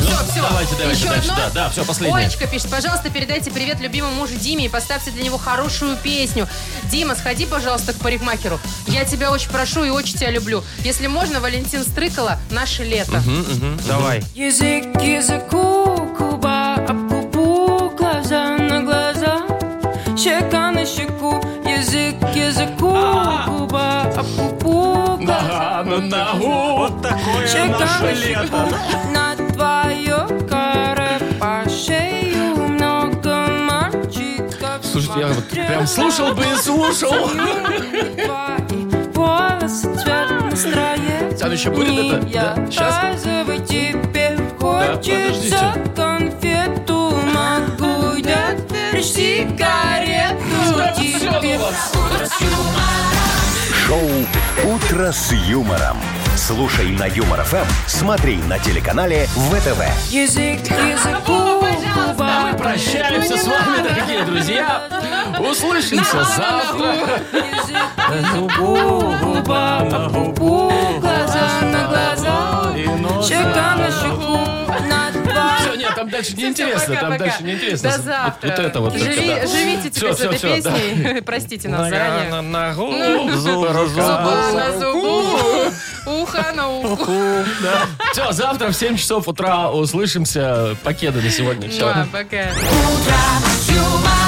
Ну все, все. давайте, давайте Еще дальше, одно? да, да, всё, последнее. Олечка пишет, пожалуйста, передайте привет любимому мужу Диме и поставьте для него хорошую песню. Дима, сходи, пожалуйста, к парикмахеру. Я тебя очень прошу и очень тебя люблю. Если можно, Валентин Стрыкало, наше лето. Давай. Язык к языку, губа об губу, глаза на глаза, щека на щеку. Язык к языку, губа об Ну губу, глаза на ногу. Вот такое Щека на наше щеку, лето. на твою каре по шею много мальчиков. Слушайте, я вот прям слушал бы и слушал. Волосы цвет настроения. Там еще будет это? Я Да, щас. розовый тебе Да, хочется конфету. Могу я лишь сигарету тебе. Шоу «Утро с юмором». Слушай на Юмор ФМ, смотри на телеканале ВТВ. Язык к языку, губа. Мы Прощаемся с Ну, вами, дорогие друзья. Услышимся завтра. губа на губу, глаза на глаза, щека на щеку, на два. Все, нет, там дальше неинтересно. Там пока. дальше неинтересно. До Вот- завтра. Вот это вот. только, Живи- да. живите Всё, теперь с всё, этой всё, да. песней. Простите нас Нога заранее. на ногу, Ну. зубы Зуба рука. на зубу, ухо на уху. Все, завтра в 7 часов утра услышимся. Пакеты на сегодня. Все. Муа, Пока. Утро с юмором.